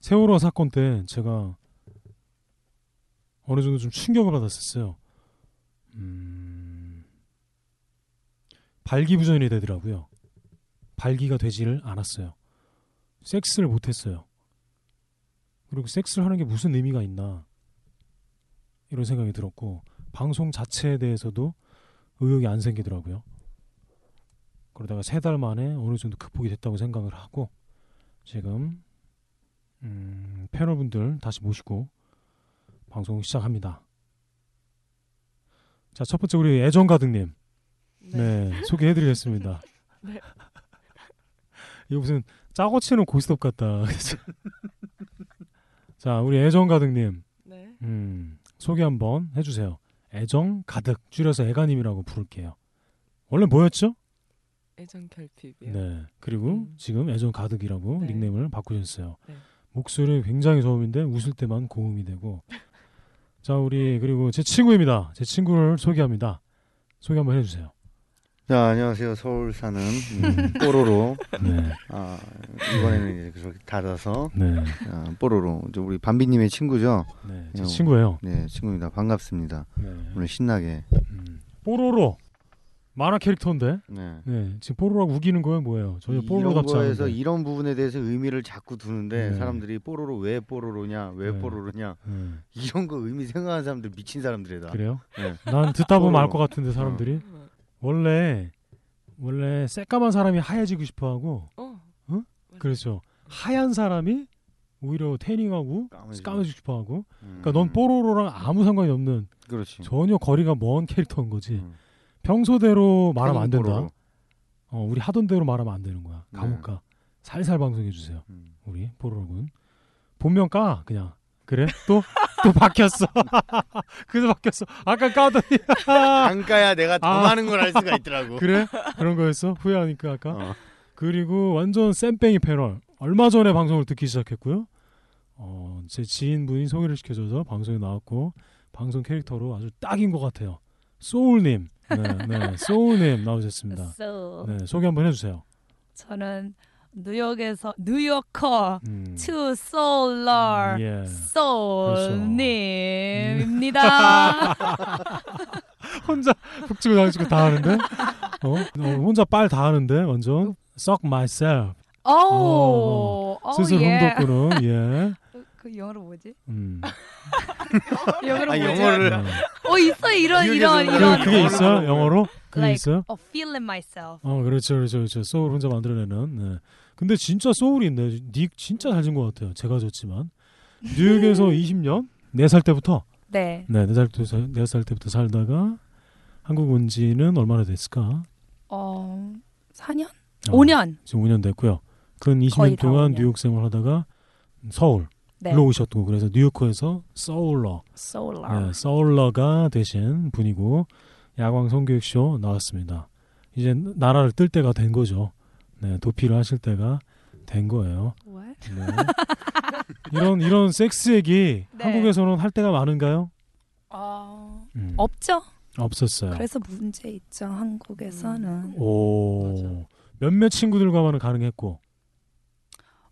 세월호 사건 때 제가 어느 정도 좀 충격을 받았었어요. 음, 발기부전이 되더라고요. 발기가 되지를 않았어요. 섹스를 못했어요. 그리고 섹스를 하는 게 무슨 의미가 있나 이런 생각이 들었고 방송 자체에 대해서도 의욕이 안 생기더라고요. 그러다가 세 달 만에 어느 정도 극복이 됐다고 생각을 하고 지금 음, 패널분들 다시 모시고 방송 시작합니다. 자, 첫 번째 우리 애정 가득님. 네, 소개해드리겠습니다. 네. 이거 무슨 짜고 치는 고스톱 같다. 그래서 자, 우리 애정 가득님. 네. 음, 소개 한번 해주세요. 애정 가득 줄여서 애가님이라고 부를게요. 원래 뭐였죠? 애정 결핍이요. 네. 그리고 예. 음. 지금 애정 가득이라고 네. 닉네임을 바꾸셨어요. 네. 목소리 굉장히 저음인데 웃을 때만 고음이 되고. 자, 우리 그리고 제 친구입니다. 제 친구를 소개합니다. 소개 한번 해주세요. 자, 안녕하세요. 서울 사는 음, 뽀로로. 네. 아, 이번에는 이제 그렇게 닫아서 네. 아, 뽀로로. 저 우리 반비님의 친구죠. 네. 제 음. 친구예요. 네, 친구입니다. 반갑습니다. 네. 오늘 신나게. 음. 뽀로로 만화 캐릭터인데. 네. 네. 지금 뽀로로라고 우기는 거예요, 뭐예요? 전혀 이런 뽀로로답지 거에서 않은데. 이런 부분에 대해서 의미를 자꾸 두는데 네. 사람들이 뽀로로 왜 뽀로로냐 왜 네. 뽀로로냐 네. 이런 거 의미 생각하는 사람들 미친 사람들이다. 그래요? 네. 난 듣다 보면 알 것 뽀로로. 같은데 사람들이 어. 원래 원래 새까만 사람이 하얘지고 싶어하고 어. 그렇죠. 하얀 사람이 오히려 태닝하고 까매지고. 까매지고 싶어하고. 음. 그러니까 넌 뽀로로랑 아무 상관이 없는 그렇지. 전혀 거리가 먼 캐릭터인 거지. 음. 평소대로 말하면 안 된다. 뽀로로. 어, 우리 하던 대로 말하면 안 되는 거야. 감옥 네. 가. 살살 방송해 주세요. 음. 우리 뽀로로군. 본명 까 그냥. 그래? 또? 또 바뀌었어. 그래서 바뀌었어. 아까 까더니 안 까야 내가 더 아. 많은 걸 알 수가 있더라고. 그래? 그런 거였어? 후회하니까 아까. 어. 그리고 완전 쌤뱅이 패널 얼마 전에 방송을 듣기 시작했고요. 어, 제 지인분이 소개를 시켜줘서 방송에 나왔고 방송 캐릭터로 아주 딱인 것 같아요. 소울님, 네, 네, 소울님 나오셨습니다. So, 네, 소개 한번 해주세요. 저는 뉴욕에서 뉴요커 음. to solar 예. 그렇죠. soul님입니다. 혼자 북치고 당치고 다 하는데, 어? 어, 혼자 빨 다 하는데 완전 suck myself 오, 오, 스스로 예. 흥돋구는 예. 그 영어로 뭐지? 음. 영어로 아, 뭐지? 영어를 어 있어 이런 뉴욕에서 이런 그래, 이런. 그게, 그게 있어요? 네. 영어로? 그게 like, 있어요? Oh, feeling myself. 어 그렇죠 그렇죠 그렇죠 소울 혼자 만들어내는 네. 근데 진짜 소울이 있네 닉 진짜 잘 진 것 같아요 제가 졌지만 뉴욕에서 음. 20년 4살 때부터 네. 네 4살, 때부터- 4살 때부터 살다가 한국 온 지는 얼마나 됐을까 어 4년? 어, 5년. 지금 5년 됐고요 근 거의 20년 다 동안 5년. 뉴욕 생활하다가 서울로 네. 오셨고 그래서 뉴요커에서 서울러 solar. 네, 서울러가 되신 분이고 야광 성교육쇼 나왔습니다. 이제 나라를 뜰 때가 된 거죠. 네, 도피를 하실 때가 된 거예요. What? 네. 이런 이런 섹스 얘기 네. 한국에서는 할 때가 많은가요? 어, 음, 없죠. 없었어요. 그래서 문제 있죠 한국에서는. 음. 오 몇몇 친구들과만은 가능했고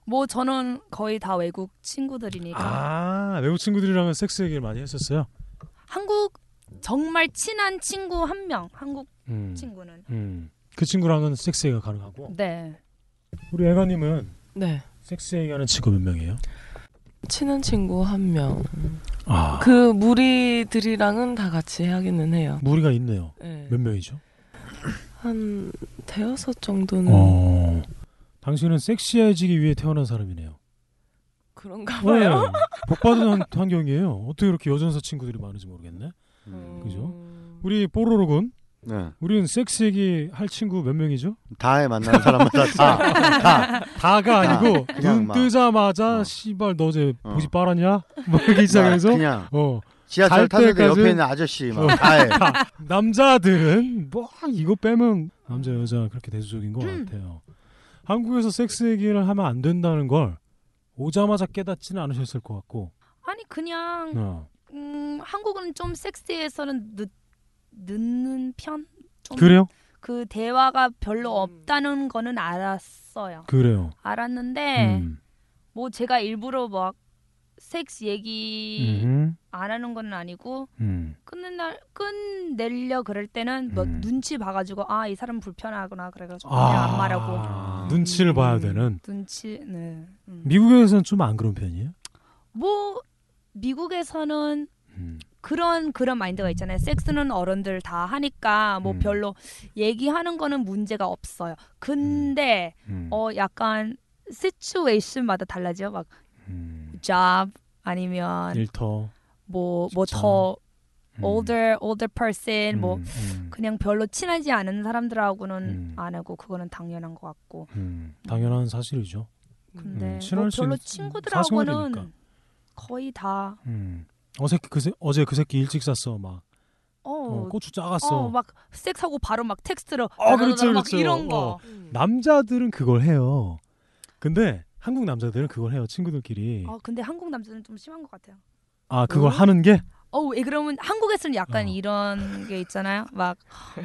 뭐 저는 거의 다 외국 친구들이니까 아 외국 친구들이랑은 섹스 얘기를 많이 했었어요. 한국 정말 친한 친구 한 명 한국 음, 어. 친구는 음. 그 친구랑은 섹스 얘기가 가능하고 네 우리 애가님은 네. 섹스 얘기하는 친구 몇 명이에요? 친한 친구 한 명. 아 그 무리들이랑은 다 같이 하기는 해요. 무리가 있네요. 네. 몇 명이죠? 한 대여섯 음. 정도는 어. 당신은 섹시해지기 위해 태어난 사람이네요. 그런가 아, 네. 봐요. 복받은 환- 환경이에요. 어떻게 이렇게 여전사 친구들이 많은지 모르겠네. 어. 음. 그죠? 우리 뽀로로군, 네. 우리는 섹스 얘기 할 친구 몇 명이죠? 다에 만나는 사람마다 아, 다. 다. 다가 아니고 그러니까. 그냥 눈 막. 뜨자마자 어. 씨발 너 어제 어. 보지 빨았냐? 뭐 이렇게 시작해서 그냥 어 갈 지하철 타는데 때까지- 옆에 있는 아저씨 막 어. 다에. 남자들은 뭐 이거 빼면 남자 여자 그렇게 대수적인 것 음. 같아요. 한국에서 섹스 얘기를 하면 안 된다는 걸 오자마자 깨닫지는 않으셨을 것 같고 아니 그냥 어. 음, 한국은 좀 섹스에서는 늦, 늦는 편? 좀 그래요? 그 대화가 별로 음. 없다는 거는 알았어요. 그래요. 알았는데 음. 뭐 제가 일부러 막 섹스 얘기 음. 안 하는 건 아니고 음. 끝낸 날 끝내려 그럴 때는 뭐 음. 눈치 봐가지고 아 이 사람 불편하구나 그래가지고 그냥 안 말하고 아, 눈치를 봐야 되는 눈치 네. 음. 미국에서는 좀 안 그런 편이에요. 뭐 미국에서는 음. 그런 그런 마인드가 있잖아요. 섹스는 어른들 다 하니까 뭐 음. 별로 얘기하는 거는 문제가 없어요. 근데 음. 어 약간 시츄에이션마다 달라져. 막 음. job 아니면 일터 뭐 직장. 뭐더 예. 음. older older person 뭐 음, 음, 그냥 별로 친하지 않은 사람들하고는 음. 안 하고 그거는 당연한 것 같고. 음. 당연한 사실이죠. 근데 뭐 음. 친할 수 별로 있는 그러니까. 친구들하고는 사생활이니까. 거의 다 음. 어색 그 새, 어제 그 새끼 일찍 샀어 막 어, 어, 고추 작았어. 어, 막 섹스하고 바로 막 텍스트로 어, 그렇죠, 막 그렇죠. 이런 거. 음. 남자들은 그걸 해요. 근데 한국 남자들은 그걸 해요. 친구들끼리. 아 근데 한국 남자는 좀 심한 것 같아요. 아 그걸 하는 게 어우, 예, 그러면 한국에서는 약간 어. 이런 게 있잖아요. 막 네.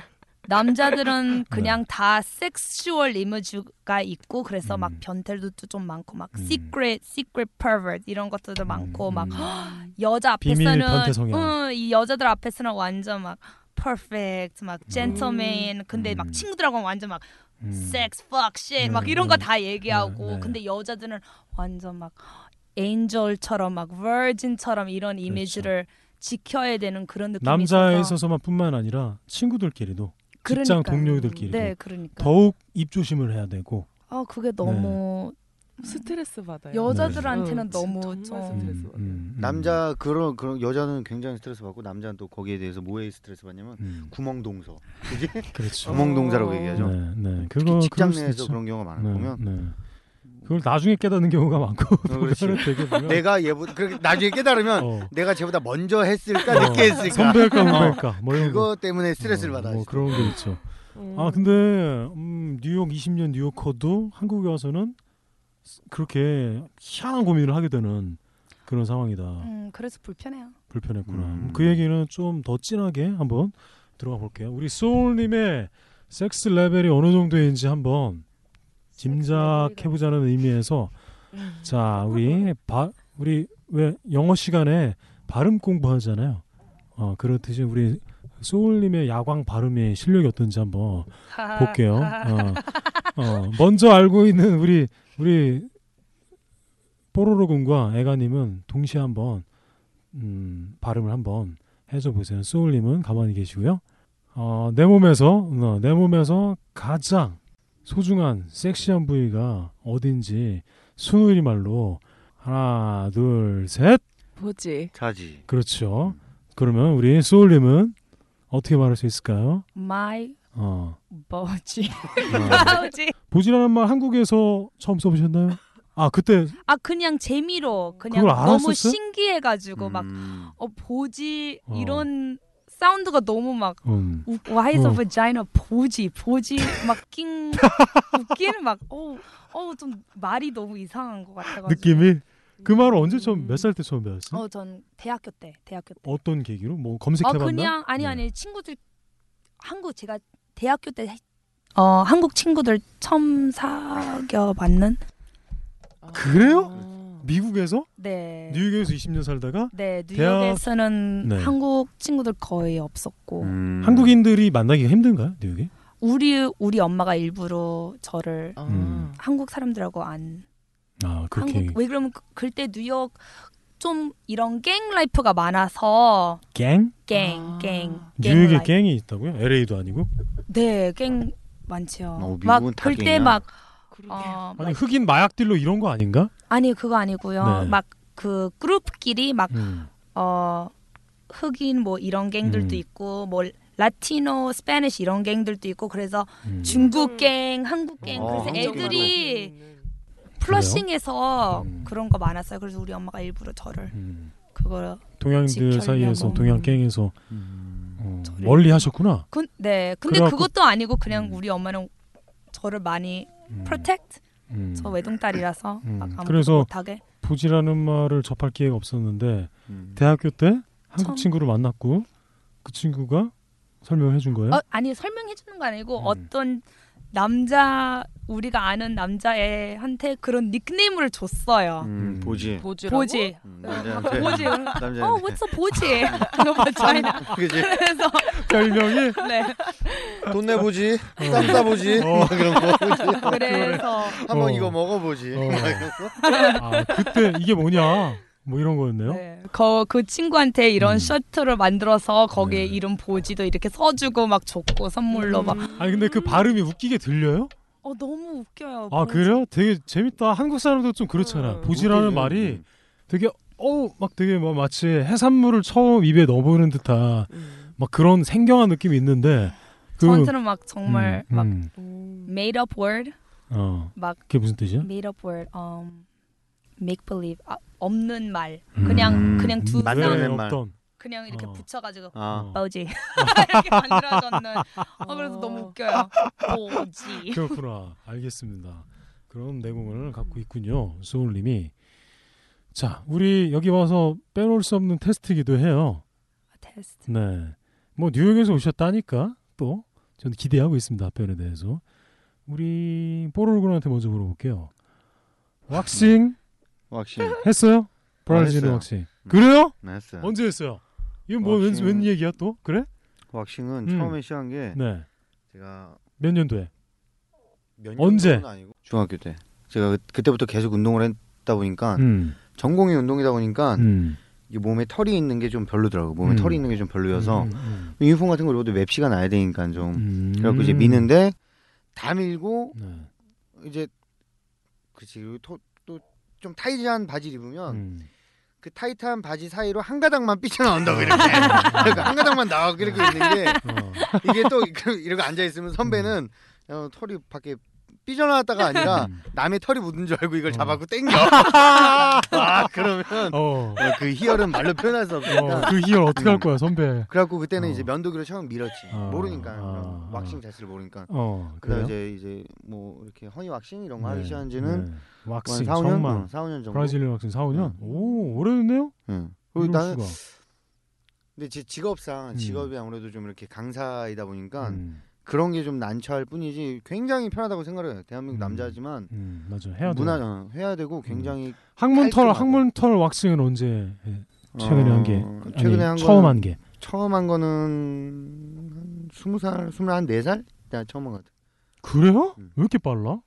남자들은 그냥 다 섹슈얼 이미지가 있고 그래서 막 음. 변태도 좀 많고 막 음. secret, secret pervert 이런 것들도 많고 막 음. 여자 비밀 앞에서는 변태 성향. 응, 이 여자들 앞에서는 완전 막 perfect, 막 gentleman. 근데 막 음. 친구들하고는 완전 막 음. sex, fuck, shit 네, 막 이런 네. 거 다 얘기하고 네, 네. 근데 여자들은 완전 막 엔젤처럼 막 버진처럼 이런 이미지를 지켜야 되는 그런 느낌이 그렇죠. 남자에 있어서 있어서만 뿐만 아니라 친구들끼리도 직장 그러니까요. 동료들끼리도 네, 그러니까. 더욱 입조심을 해야 되고 아, 그게 너무 스트레스 받아요. 여자들한테는 응, 너무 어, 정말 좀- 음, 스트레스 받아요. 남자 그런 그런 여자는 굉장히 스트레스 받고 남자는 또 거기에 대해서 뭐에 스트레스 받냐면 음, 구멍 동서. 그지? 그렇죠. 구멍 동사라고 얘기하죠. 네, 네. 특히 그거 직장 그럴 수도 내에서 있죠. 그런 경우가 많아 네, 보면 어, 네. 뭐. 그걸 나중에 깨닫는 경우가 많고 그거를 그렇지. 되게 보면 내가 얘보다 그렇게 나중에 깨달으면 네. 어, 내가 쟤보다 먼저 했을까 어, 늦게 했을까 선배일까 후배일까 뭐 이런 거 그거 때문에 스트레스를 어, 받아. 뭐 요 그런 게 있죠. 어. 아 근데 음, 뉴욕 20년 뉴요커도 한국에 와서는 그렇게 희한한 고민을 하게 되는 그런 상황이다. 음, 그래서 불편해요. 불편했구나. 음. 그 얘기는 좀 더 진하게 한번 들어가 볼게요. 우리 소울님의 섹스 레벨이 어느 정도인지 한번 짐작해보자는 의미에서 자 우리 바 우리 왜 영어 시간에 발음 공부하잖아요. 어 그렇듯이 우리 소울님의 야광 발음의 실력이 어떤지 한번 볼게요. 어, 어, 먼저 알고 있는 우리 우리 뽀로로 군과 애가님은 동시에 한번 음, 발음을 한번 해줘 보세요. 소울님은 가만히 계시고요. 어, 내 몸에서 어, 내 몸에서 가장 소중한 섹시한 부위가 어딘지 순우리 말로 하나 둘 셋 뭐지? 자지. 그렇죠. 그러면 우리 소울님은 어떻게 말할 수 있을까요? My 어, body. 어. 보지라는 말 한국에서 처음 써보셨나요? 아 그때 아, 그냥 재미로 그냥 그걸 너무 알았었어요? 신기해 가지고 막 음. 어, 보지 어. 이런 사운드가 너무 막 음, 우- Why is 어. a vagina 보지 보지 막낀 웃기는 어, 막어어좀 말이 너무 이상한 것 같아가지고 느낌이 그 말을 언제 처음 몇 살 때 처음 배웠어? 어전 대학교 때 대학교 때 어떤 계기로? 뭐 아, 검색해봤나? 그냥 아니 네. 아니 친구들 한국 제가 대학교 때 어, 한국 친구들 처음 사귀어 봤는 그래요? 아. 미국에서 네. 뉴욕에서 20년 살다가 네, 대학- 뉴욕에서는 네. 한국 친구들 거의 없었고 음. 한국인들이 만나기가 힘든가요, 뉴욕에? 우리 우리 엄마가 일부러 저를 아. 음. 한국 사람들하고 안 아 그렇게 한국 왜 그러면 그, 그때 뉴욕 좀 이런 갱 라이프가 많아서 갱? 아. 갱, 갱, 갱 뉴욕에 라이프. 갱이 있다고요? LA도 아니고? 네, 갱 많지요. 어, 미국은 막 다 볼 때 갱이야? 막 그러게요. 어, 아니 흑인 마약 딜러 이런 거 아닌가? 아니 그거 아니고요. 네. 막 그 그룹끼리 막 음. 어, 흑인 뭐 이런 갱들도 음. 있고 뭐 라티노, 스페니쉬 이런 갱들도 있고 그래서 음. 중국 갱, 한국 아, 갱 어, 그래서 한국 애들이 그래요? 플러싱에서 음. 그런 거 많았어요. 그래서 우리 엄마가 일부러 저를 음. 그거 동양인들 지켜주려고. 사이에서 동양 갱에서 음. 어, 뭐. 저를- 멀리 하셨구나. 그, 네. 근데 그래갖고- 그것도 아니고 그냥 음. 우리 엄마는 저를 많이 음. 프로텍트 음. 저 외동딸이라서 음. 막 아무것도 그래서- 못하게 부지라는 말을 접할 기회가 없었는데 음. 대학교 때 한국 처음- 친구를 만났고 그 친구가 설명해 준 거예요. 어, 아니 설명해 주는 거 아니고 음. 어떤 남자 우리가 아는 남자애한테 그런 닉네임을 줬어요. 음, 보지. 보지라고? 보지. 음, 막 남자한테. 보지. 어, 네. 남자한테. what's a 보지? 그거 봤잖아요. 그지. 그래서 별명이 네. 돈 내보지. 어. 땀 싸보지. 막 그런 거. 보지. 아, 그래서 한번 어. 이거 먹어보지. 어. 막 이런 거. 아, 그때 이게 뭐냐? 뭐 이런 거였네요. 네. 거, 그 친구한테 이런 음. 셔츠를 만들어서 거기에 네. 이름 보지도 이렇게 써주고 막 줬고 선물로 막. 아니 근데 그 발음이 웃기게 들려요? 어 너무 웃겨요. 아 보지. 그래요? 되게 재밌다. 한국 사람도 좀 그렇잖아. 음. 보지라는 웃기지. 말이 음. 되게 어우 막 되게 뭐 마치 해산물을 처음 입에 넣어보는 듯한 막 그런 생경한 느낌이 있는데 그 저한테는 막 정말 음, 막 음, made up word, 어 막 그게 무슨 뜻이야? made up word, um, make believe 아, 없는 말. 그냥 음. 그냥 두 음, 사람 만들어낸 네, 말. 없던. 그냥 이렇게 어. 붙여가지고 아. 어. 보지 이렇게 만들어졌는. 어 그래서 너무 웃겨요. 보지. 그렇구나. 알겠습니다. 그런 내공을 갖고 있군요. 소울님이. 자, 우리 여기 와서 빼놓을 수 없는 테스트이기도 해요. 아, 테스트. 네. 뭐 뉴욕에서 오셨다니까 또 저는 기대하고 있습니다. 답변에 대해서. 우리 뽀로로군한테 먼저 물어볼게요. 왁싱 왁싱. 했어요? 브라질은 아, 했어요. 왁싱. 그래요? 나 했어요. 언제 했어요? 이건 뭐웬 왁싱. 웬 얘기야 또? 그래? 음. 왁싱은 처음에 시작한 게 네. 제가 몇 년도에? 몇 언제? 년도는 아니고 중학교 때. 제가 그, 때부터 계속 운동을 했다 보니까 음. 전공이 운동이다 보니까 음. 이게 몸에 털이 있는 게 좀 별로더라고. 몸에 음. 털이 있는 게 좀 별로여서 음, 음, 유니폼 같은 거 입어도 맵시가 나야 되니까 좀. 음. 그래갖고 이제 미는데 음. 다 밀고 네. 이제 그치 그리고 또 좀 타이트한 바지를 입으면 음. 그 타이트한 바지 사이로 한 가닥만 삐쳐나온다고 이렇게 그러니까 한 가닥만 나가고 이렇게 있는 게 어. 이게 또 그- 이러고 앉아있으면 선배는 어, 털이 밖에 삐져나왔다가 아니라 음. 남의 털이 묻은 줄 알고 이걸 어. 잡아갖고 땡겨 아 그러면 어. 어, 그 희열은 말로 표현할 수 어, 없으니까 그 희열 어떻게 할 음. 거야, 선배? 그래갖고 그때는 어. 이제 면도기로 처음 밀었지 아, 모르니까 아, 왁싱 자체를 모르니까 어, 그다음 그래요? 이제 이제 뭐 이렇게 허니 왁싱 이런 거 하기 네, 시작한 지는 네. 한 왁싱 4, 5년 정말 응, 4, 5년 정도. 브라질리언 왁싱 4, 5년. 음. 오, 오래됐네요. 응. 그리고 이럴 나는 수가. 근데 제 직업상 음. 직업이 아무래도 좀 이렇게 강사이다 보니까 음, 그런 게 좀 난처할 뿐이지 굉장히 편하다고 생각을 해요. 대한민국 음. 남자지만 음, 맞아. 해야 음. 돼. 문화 어, 해야 되고 굉장히 항문 털 깔끔하고. 항문 털 왁싱은 언제? 해? 최근에 어, 한 게. 최근에 아니, 한 처음 거는- 한 게. 처음 한 거는 한 20살, 24살? 나 처음 한것 같아. 그래요? 음. 왜 이렇게 빨라?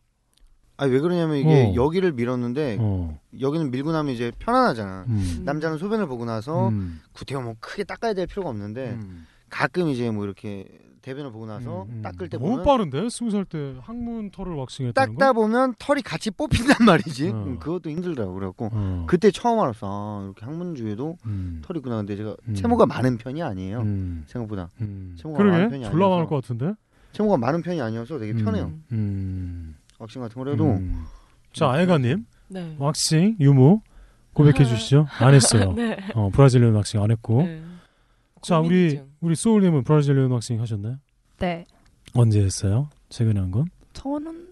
아니 왜 그러냐면 이게 어. 여기를 밀었는데 어. 여기는 밀고 나면 이제 편안하잖아. 음. 남자는 소변을 보고 나서 음. 구태여 뭐 크게 닦아야 될 필요가 없는데 음. 가끔 이제 뭐 이렇게 대변을 보고 나서 음, 음. 닦을 때 너무 보면 빠른데? 스무 살 때 항문 털을 왁싱했다는 거? 닦다 보면 털이 같이 뽑힌단 말이지. 어. 음, 그것도 힘들더라고 그래갖고 어. 그때 처음 알았어. 아, 이렇게 항문 주에도 음. 털이 있구나. 근데 제가 음. 채모가 많은 편이 아니에요. 음. 생각보다 음. 친구가 많은 그러게 편이 졸라 많을 아니어서. 것 같은데. 채모가 많은 편이 아니어서 되게 편해요. 음. 음. 왁싱 같은 거라도 음. 음. 자, 아예가님 네. 왁싱 유무 고백해 주시죠. 안 했어요. 네. 어, 브라질리언 왁싱 안 했고. 네. 자, 우리 고민증. 우리 소울님은 브라질리언 왁싱 하셨나요? 네. 언제 했어요? 최근에 한 건? 저는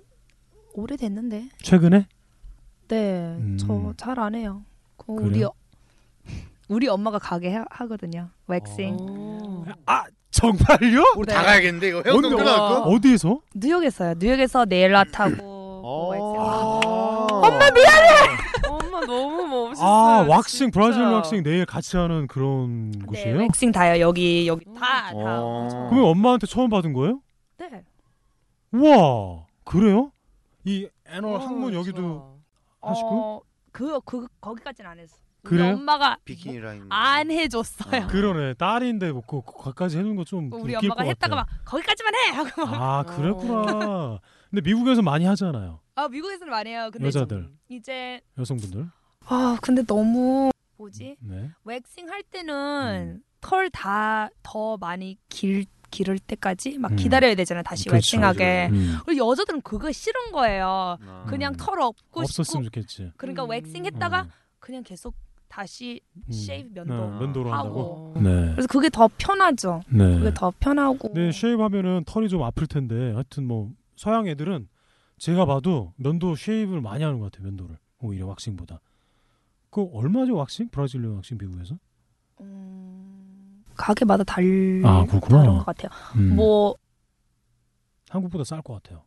오래됐는데. 최근에? 네. 음. 저 잘 안 해요. 그 우리 그래요? 어, 우리 엄마가 가게 하, 하거든요. 네. 어. 웩싱. 오. 아 정말요? 뭐 우리 네. 다 가야겠는데 이거 회원금 언제- 끊어갖고. 어디에서? 뉴욕에서요. 뉴욕에서 네일 어. 어. 뭐 아트하고 웩싱. 엄마 미안. 엄마 너무 멋있어요. 아 왁싱 진짜. 어, 브라질리언 왁싱 내일 같이 하는 그런 네, 곳이에요? 어. 웩싱 다요. 여기 여기 아, 다 음. 어. 다. 그러면 엄마한테 처음 받은 거예요? 네. 우와 그래요? 이 애널 어, 항문 여기도 좋아. 하시고? 어, 그, 그 거기까지는 안 했어. 우리 그래요? 엄마가 비키니 라인. 안 해줬어요. 어. 그러네 딸인데 뭐 그- 그거까지 해놓은 거좀 우리 엄마가 했다가 막 어. 거기까지만 해 하고 막. 아 그랬구나. 근데 미국에서 많이 하잖아요 아 미국에서는 많이 해요. 근데 여자들. 이제 여성분들. 아 근데 너무 뭐지? 네. waxing 할 음. 때는 털 다 더 많이 길 기를 때까지 막 음. 기다려야 되잖아요. 다시 그렇죠. 왁싱하게. 음. 그리고 여자들은 그거 싫은 거예요. 아. 네. 그냥 음. 털 없고 싶고 없었으면 좋겠지. 그러니까 음. 왁싱 했다가 음. 그냥 계속 다시 음. 쉐이브 면도. 네, 면도로 아, 한다고. 어. 하고. 네. 그래서 그게 더 편하죠. 네. 그게 더 편하고 네, 쉐이브 하면은 털이 좀 아플 텐데 하여튼 뭐 서양 애들은 제가 봐도 면도 쉐이브를 많이 하는 것 같아요. 면도를 오히려 왁싱보다. 그 얼마죠 왁싱? 브라질리언 왁싱 미국에서? 음, 가게마다 달 아, 그렇구나. 다른 것 같아요. 음. 뭐 한국보다 쌀 것 같아요.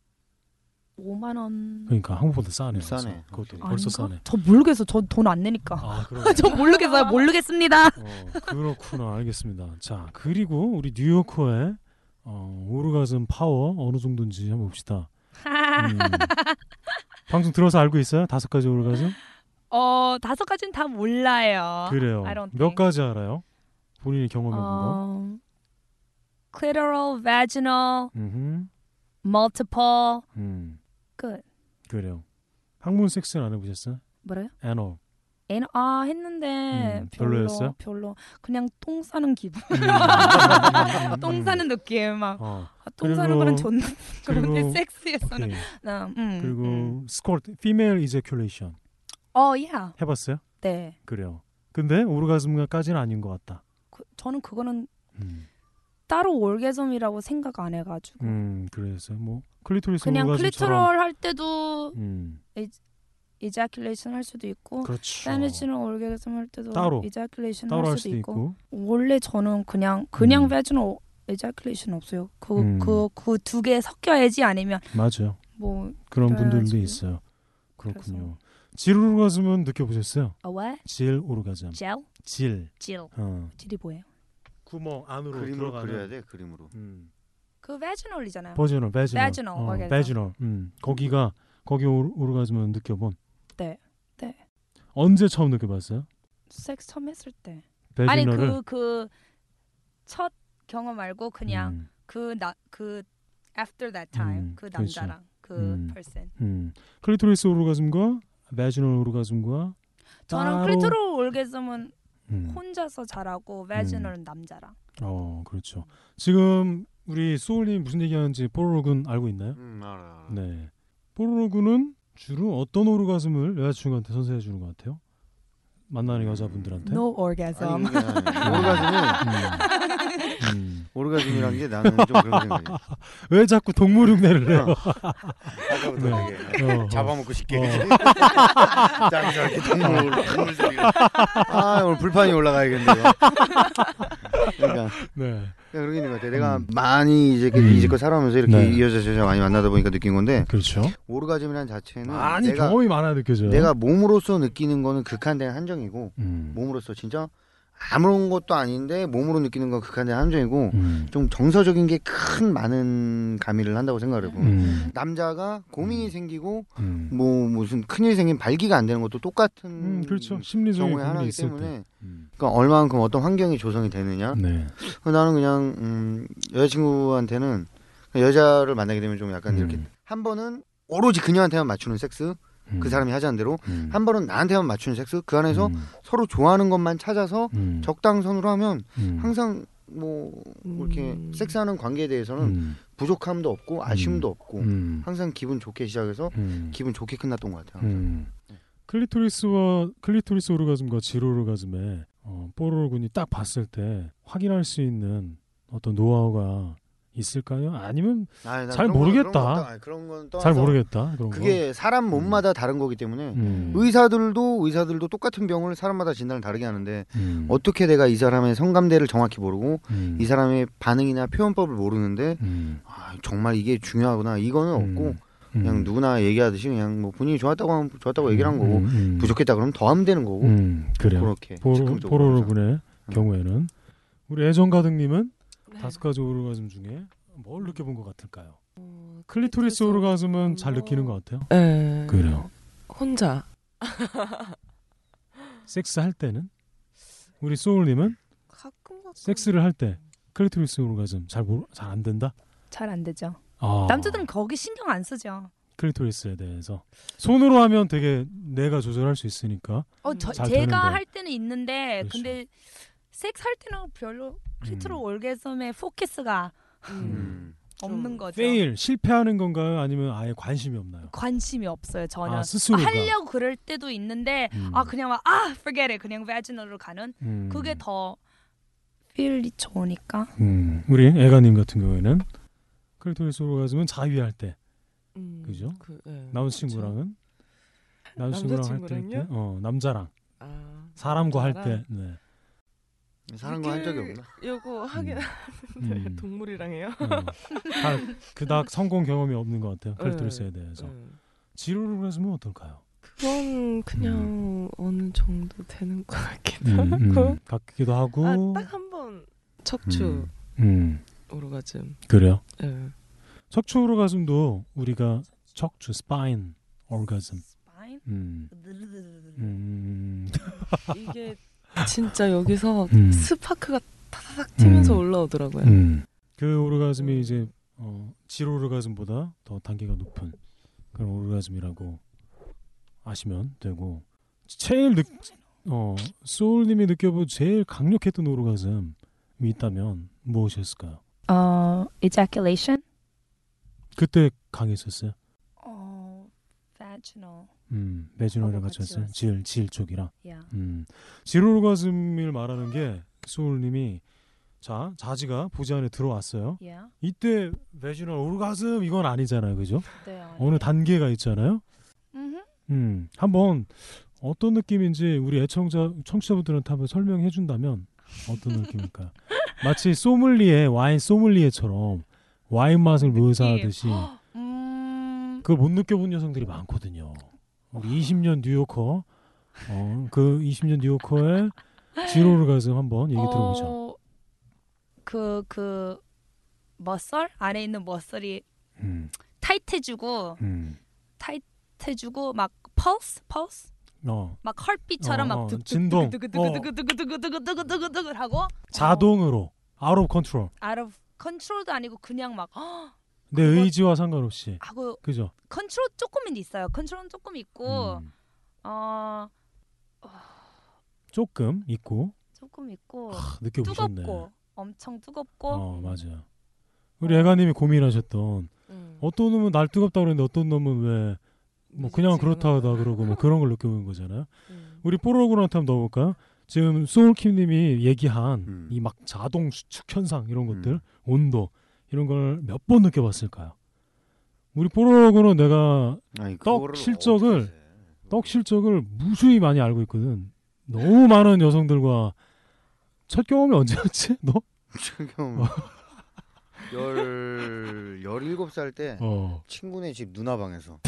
5만 원. 그러니까 한국보다 싸네요. 싸네. 그래서 그것도 아닌가? 벌써 싸네. 저 모르겠어. 저 돈 안 내니까. 아, 그러 저 모르겠어요. 모르겠습니다. 어, 그렇구나. 알겠습니다. 자, 그리고 우리 뉴요커의 어, 오르가즘 파워 어느 정도인지 한번 봅시다. 음. 방송 들어서 알고 있어요? 다섯 가지 오르가즘? 어 다섯 가지는 다 몰라요. 그래요. I don't 몇 think. 가지 알아요? 본인이 경험해 본 거. 어, clitoral, vaginal, 음. multiple. 음. 끝. 그래요. 항문 섹스는 안 해보셨어요? 그, 뭐래요? 애너. 애는 아 했는데 음, 별로, 별로였어요? 음, 별로 그냥 똥 싸는 기분. 음. 똥 싸는 느낌 막. 어. 아, 똥 그리고- 싸는 거는 좋네. 그리고- 그런데 섹스에서는 오케이. 나, 음, 그리고 음. 스쿼트, 피메일 이제큘레이션 어, 야. 해봤어요? 네. 그래요. 근데 오르가즘까지는 아닌 것 같다. 그, 저는 그거는 음, 따로 올게즘이라고 생각 안 해가지고 음, 그래서 뭐 클리토리스 그냥 오르가즘처럼. 클리토럴 할 때도 음, 이자큘레이션 할 수도 있고 그렇죠. 사니치는 올게즘 할 때도 따로. 이자큘레이션 따로 할 수도 있고. 있고. 원래 저는 그냥 그냥 음. 베지는 이자큘레이션 없어요. 음. 그 그 그 두 개 섞여야지 아니면 맞아요. 뭐 그런 분들도 그래가지고. 있어요. 그렇군요. 질 오르가즘은 느껴보셨어요? 어, what? 질 오르가즘. gel, 질. gel. 어. 질이 뭐예요? 구멍 안으로 그림으로 들어가는 그려야 돼 그림으로. 음. 그 베지널이잖아요. 버지널 베지널 베지널, 거기에서. 베지널 어, 음. 거기가 거기 오르- 오르가즘은 느껴본 네, 네. 언제 처음 느껴봤어요? 섹스 처음 했을 때. 아니 베지널을 그 그 첫 경험 말고 그냥 음, 그 나 그 after that time 음, 그 그렇죠. 남자랑 그 음. person. 음. 클리토리스 오르가즘과 베지널 오르가즘과 저는 따로- 클리토로 올게즘은 음. 혼자서 잘하고 베지널은 남자랑. 어 그렇죠. 지금 우리 소울님 무슨 얘기하는지 뽀로로군 알고 있나요? 음 알아. 알아. 네. 뽀로로군은 주로 어떤 오르가즘을 여자친구한테 선사해 주는 것 같아요? 만나는 음. 여자분들한테. No 아니, orgasm. 그게 아니야. 오르가즘은 음. 음. 오르가즘이란 게 나는 좀 그런 생각이. 왜 자꾸 동물 흉내를 내요? 아까부터 네. 되게 어. 어. 잡아먹고 싶게. 어. 그치? 딱 저렇게 동물 동물 소리가. 아 오늘 불판이 올라가야겠네요. 그러니까 네. 그냥 그런 게 있는 것 같아. 내가 음. 많이 이제 음. 이제껏 살아오면서 이렇게 네. 이 여자 저자 많이 만나다 보니까 느낀 건데 그렇죠. 오르가즘이란 자체는 많이 네. 음, 내가 경험이 많아 느껴져요. 내가 뭐 몸으로서 느끼는 거는 극한된 한정이고 음. 몸으로서 진짜 아무런 것도 아닌데 몸으로 느끼는 건 극한된 한정이고 음. 좀 정서적인 게 큰 많은 가미를 한다고 생각을 해요. 음. 남자가 고민이 생기고 음. 뭐 무슨 큰일 생긴 발기가 안 되는 것도 똑같은 음, 그렇죠. 심리적인 경우에 부분이 하나이기 있을 때. 때문에 음. 음. 그러니까 얼마만큼 어떤 환경이 조성이 되느냐 네. 나는 그냥 음, 여자친구한테는 여자를 만나게 되면 좀 약간 이렇게 음. 한 번은 오로지 그녀한테만 맞추는 섹스 그 사람이 하자는 대로 음. 한 번은 나한테만 맞추는 섹스 그 안에서 음. 서로 좋아하는 것만 찾아서 음. 적당선으로 하면 음. 항상 뭐 이렇게 음. 섹스하는 관계에 대해서는 음. 부족함도 없고 아쉬움도 없고 음. 뭐 항상 기분 좋게 시작해서 음. 기분 좋게 끝났던 것 같아요. 음. 클리토리스와 클리토리스 오르가즘과 질 오르가즘에 어, 뽀로로군이 딱 봤을 때 확인할 수 있는 어떤 노하우가 있을까요? 아니면 아니, 난 잘 그런 건- 모르겠다. 그런 건 떠- 아니, 그런 건 떠나서 잘 모르겠다 그런 거. 그게 사람 몸마다 다른 거기 때문에 음. 의사들도 의사들도 똑같은 병을 사람마다 진단을 다르게 하는데 음. 어떻게 내가 이 사람의 성감대를 정확히 모르고 음. 이 사람의 반응이나 표현법을 모르는데 음. 아, 정말 이게 중요하구나 이거는 없고 음. 그냥 음. 누구나 얘기하듯이 그냥 뭐 본인이 좋았다고 하면 좋았다고 얘기를 한 거고 음. 음. 부족했다 그러면 더 하면 되는 거고 음. 그래요. 그렇게 보로, 즉흥적으로 항상. 보로로군의 그렇죠. 경우에는 우리 애정가득님은 네. 다섯 가지 오르가즘 중에 뭘 느껴본 것 같을까요? 어, 클리토리스 오르가즘은 잘 느끼는 것 같아요. 네. 그래요. 혼자. 섹스 할 때는 우리 소울님은 가끔 가끔 섹스를 할 때 클리토리스 오르가즘 잘잘안 된다. 잘 안 되죠. 아, 남자들은 거기 신경 안 쓰죠. 클리토리스에 대해서 손으로 하면 되게 내가 조절할 수 있으니까 어, 저, 잘 제가 되는데. 할 때는 있는데 그렇죠. 근데 섹스 할 때는 별로 클리토로 음. 올게섬에 포커스가 음. 없는 거죠. 페일 실패하는 건가요? 아니면 아예 관심이 없나요? 관심이 없어요 전혀. 아 아, 스스로가 하려고 그럴 때도 있는데 음. 아 그냥 막 아 forget it 그냥 vaginal로 가는 음. 그게 더 필이 좋으니까. 음, 우리 애가님 같은 경우에는 클리토리스 오르가즘은 자위할 때 음, 그죠? 그, 예. 남자친구랑은 그렇죠. 남자친구랑 할 때, 남자친구랑요? 어 남자랑 아, 사람과 할 때, 남자랑? 네. 사는 거한 적이 없나? 요거 하긴 음. 하는데 음. 동물이랑 해요. 어. 다 그닥 성공 경험이 없는 것 같아요. 네. 클리토리스에 대해서 예. 지루를 했으면 어떨까요? 그건 그냥 어느 정도 되는 것 같기도 음, 하고 음, 같기도 하고 아, 딱 한 번 척추 음, 음, 오르가즘. 그래요. 예. 척추 오르가즘도 우리가 척추 스파인 오르가즘. 음. 음. 이게 진짜 여기서 음. 스파크가 타닥 튀면서 음. 올라오더라고요. 음. 그 오르가즘이 이제 어, 질 오르가즘보다 더 단계가 높은 그런 오르가즘이라고 아시면 되고 제일 느, 어, 소울님이 느껴본 제일 강력했던 오르가즘이 있다면 무엇이었을까요? 어 ejaculation. 그때 강했었어요. 어 vaginal. 음, 매진호랑 하고 같이 같이 왔어요. 왔어요. 질, 질 쪽이랑. Yeah. 음, 질 오르가즘을 말하는 게 소울님이 자 자지가 보지 안에 들어왔어요. Yeah. 이때 베지널 오르가즘 이건 아니잖아요, 그죠? 네. 어느 단계가 있잖아요. 음. 음, 한번 어떤 느낌인지 우리 애청자 청취자분들한테 한번 설명해 준다면 어떤 느낌일까? 마치 소믈리에 와인 소믈리에처럼 와인 맛을 어, 묘사하듯이 음. 그걸 못 느껴본 여성들이 많거든요. 아. 우리 20년 뉴요커 어, 그 20년 뉴요커의 지로를 가슴 한번 얘기 들어보죠. Mm-hmm. 그그 머슬 안에 있는 머슬이 음, 타이트해지고 음. 타이트해지고 막 펄스 펄스 어, 막 헐빛처럼 어, 어, 막 진동. 두구두구두구두구두구두구두구두구두구두구 하고 자동으로 out of control out of 컨트롤도 아니고 그냥 막 헉! 내 그거- 의지와 상관없이 하고 그죠? 컨트롤 조금은 있어요. 컨트롤은 조금 있고 음, 어 조금 있고 조금 있고 크, 느껴보셨네. 뜨겁고 어. 엄청 뜨겁고 어 맞아요. 우리 애가님이 고민하셨던 음. 어떤 놈은 날 뜨겁다 그러는데 어떤 놈은 왜 뭐 그냥 그렇다 하다 그러고 뭐 그런 걸 느껴보는 거잖아요. 음. 우리 뽀로로한테 한번 넣어볼까요? 지금 소울킴님이 얘기한 음. 이 막 자동 수축 현상 이런 것들 음. 온도 이런 걸 몇 번 느껴봤을까요? 우리 뽀로로는 내가 아니, 떡 그거를 실적을 어떻게 해? 떡 실적을 무수히 많이 알고 있거든. 너무 많은 여성들과 첫 경험이 언제였지? 너? 어. 지금 열 열일곱 살 때 어. 친구네 집 누나 방에서 어,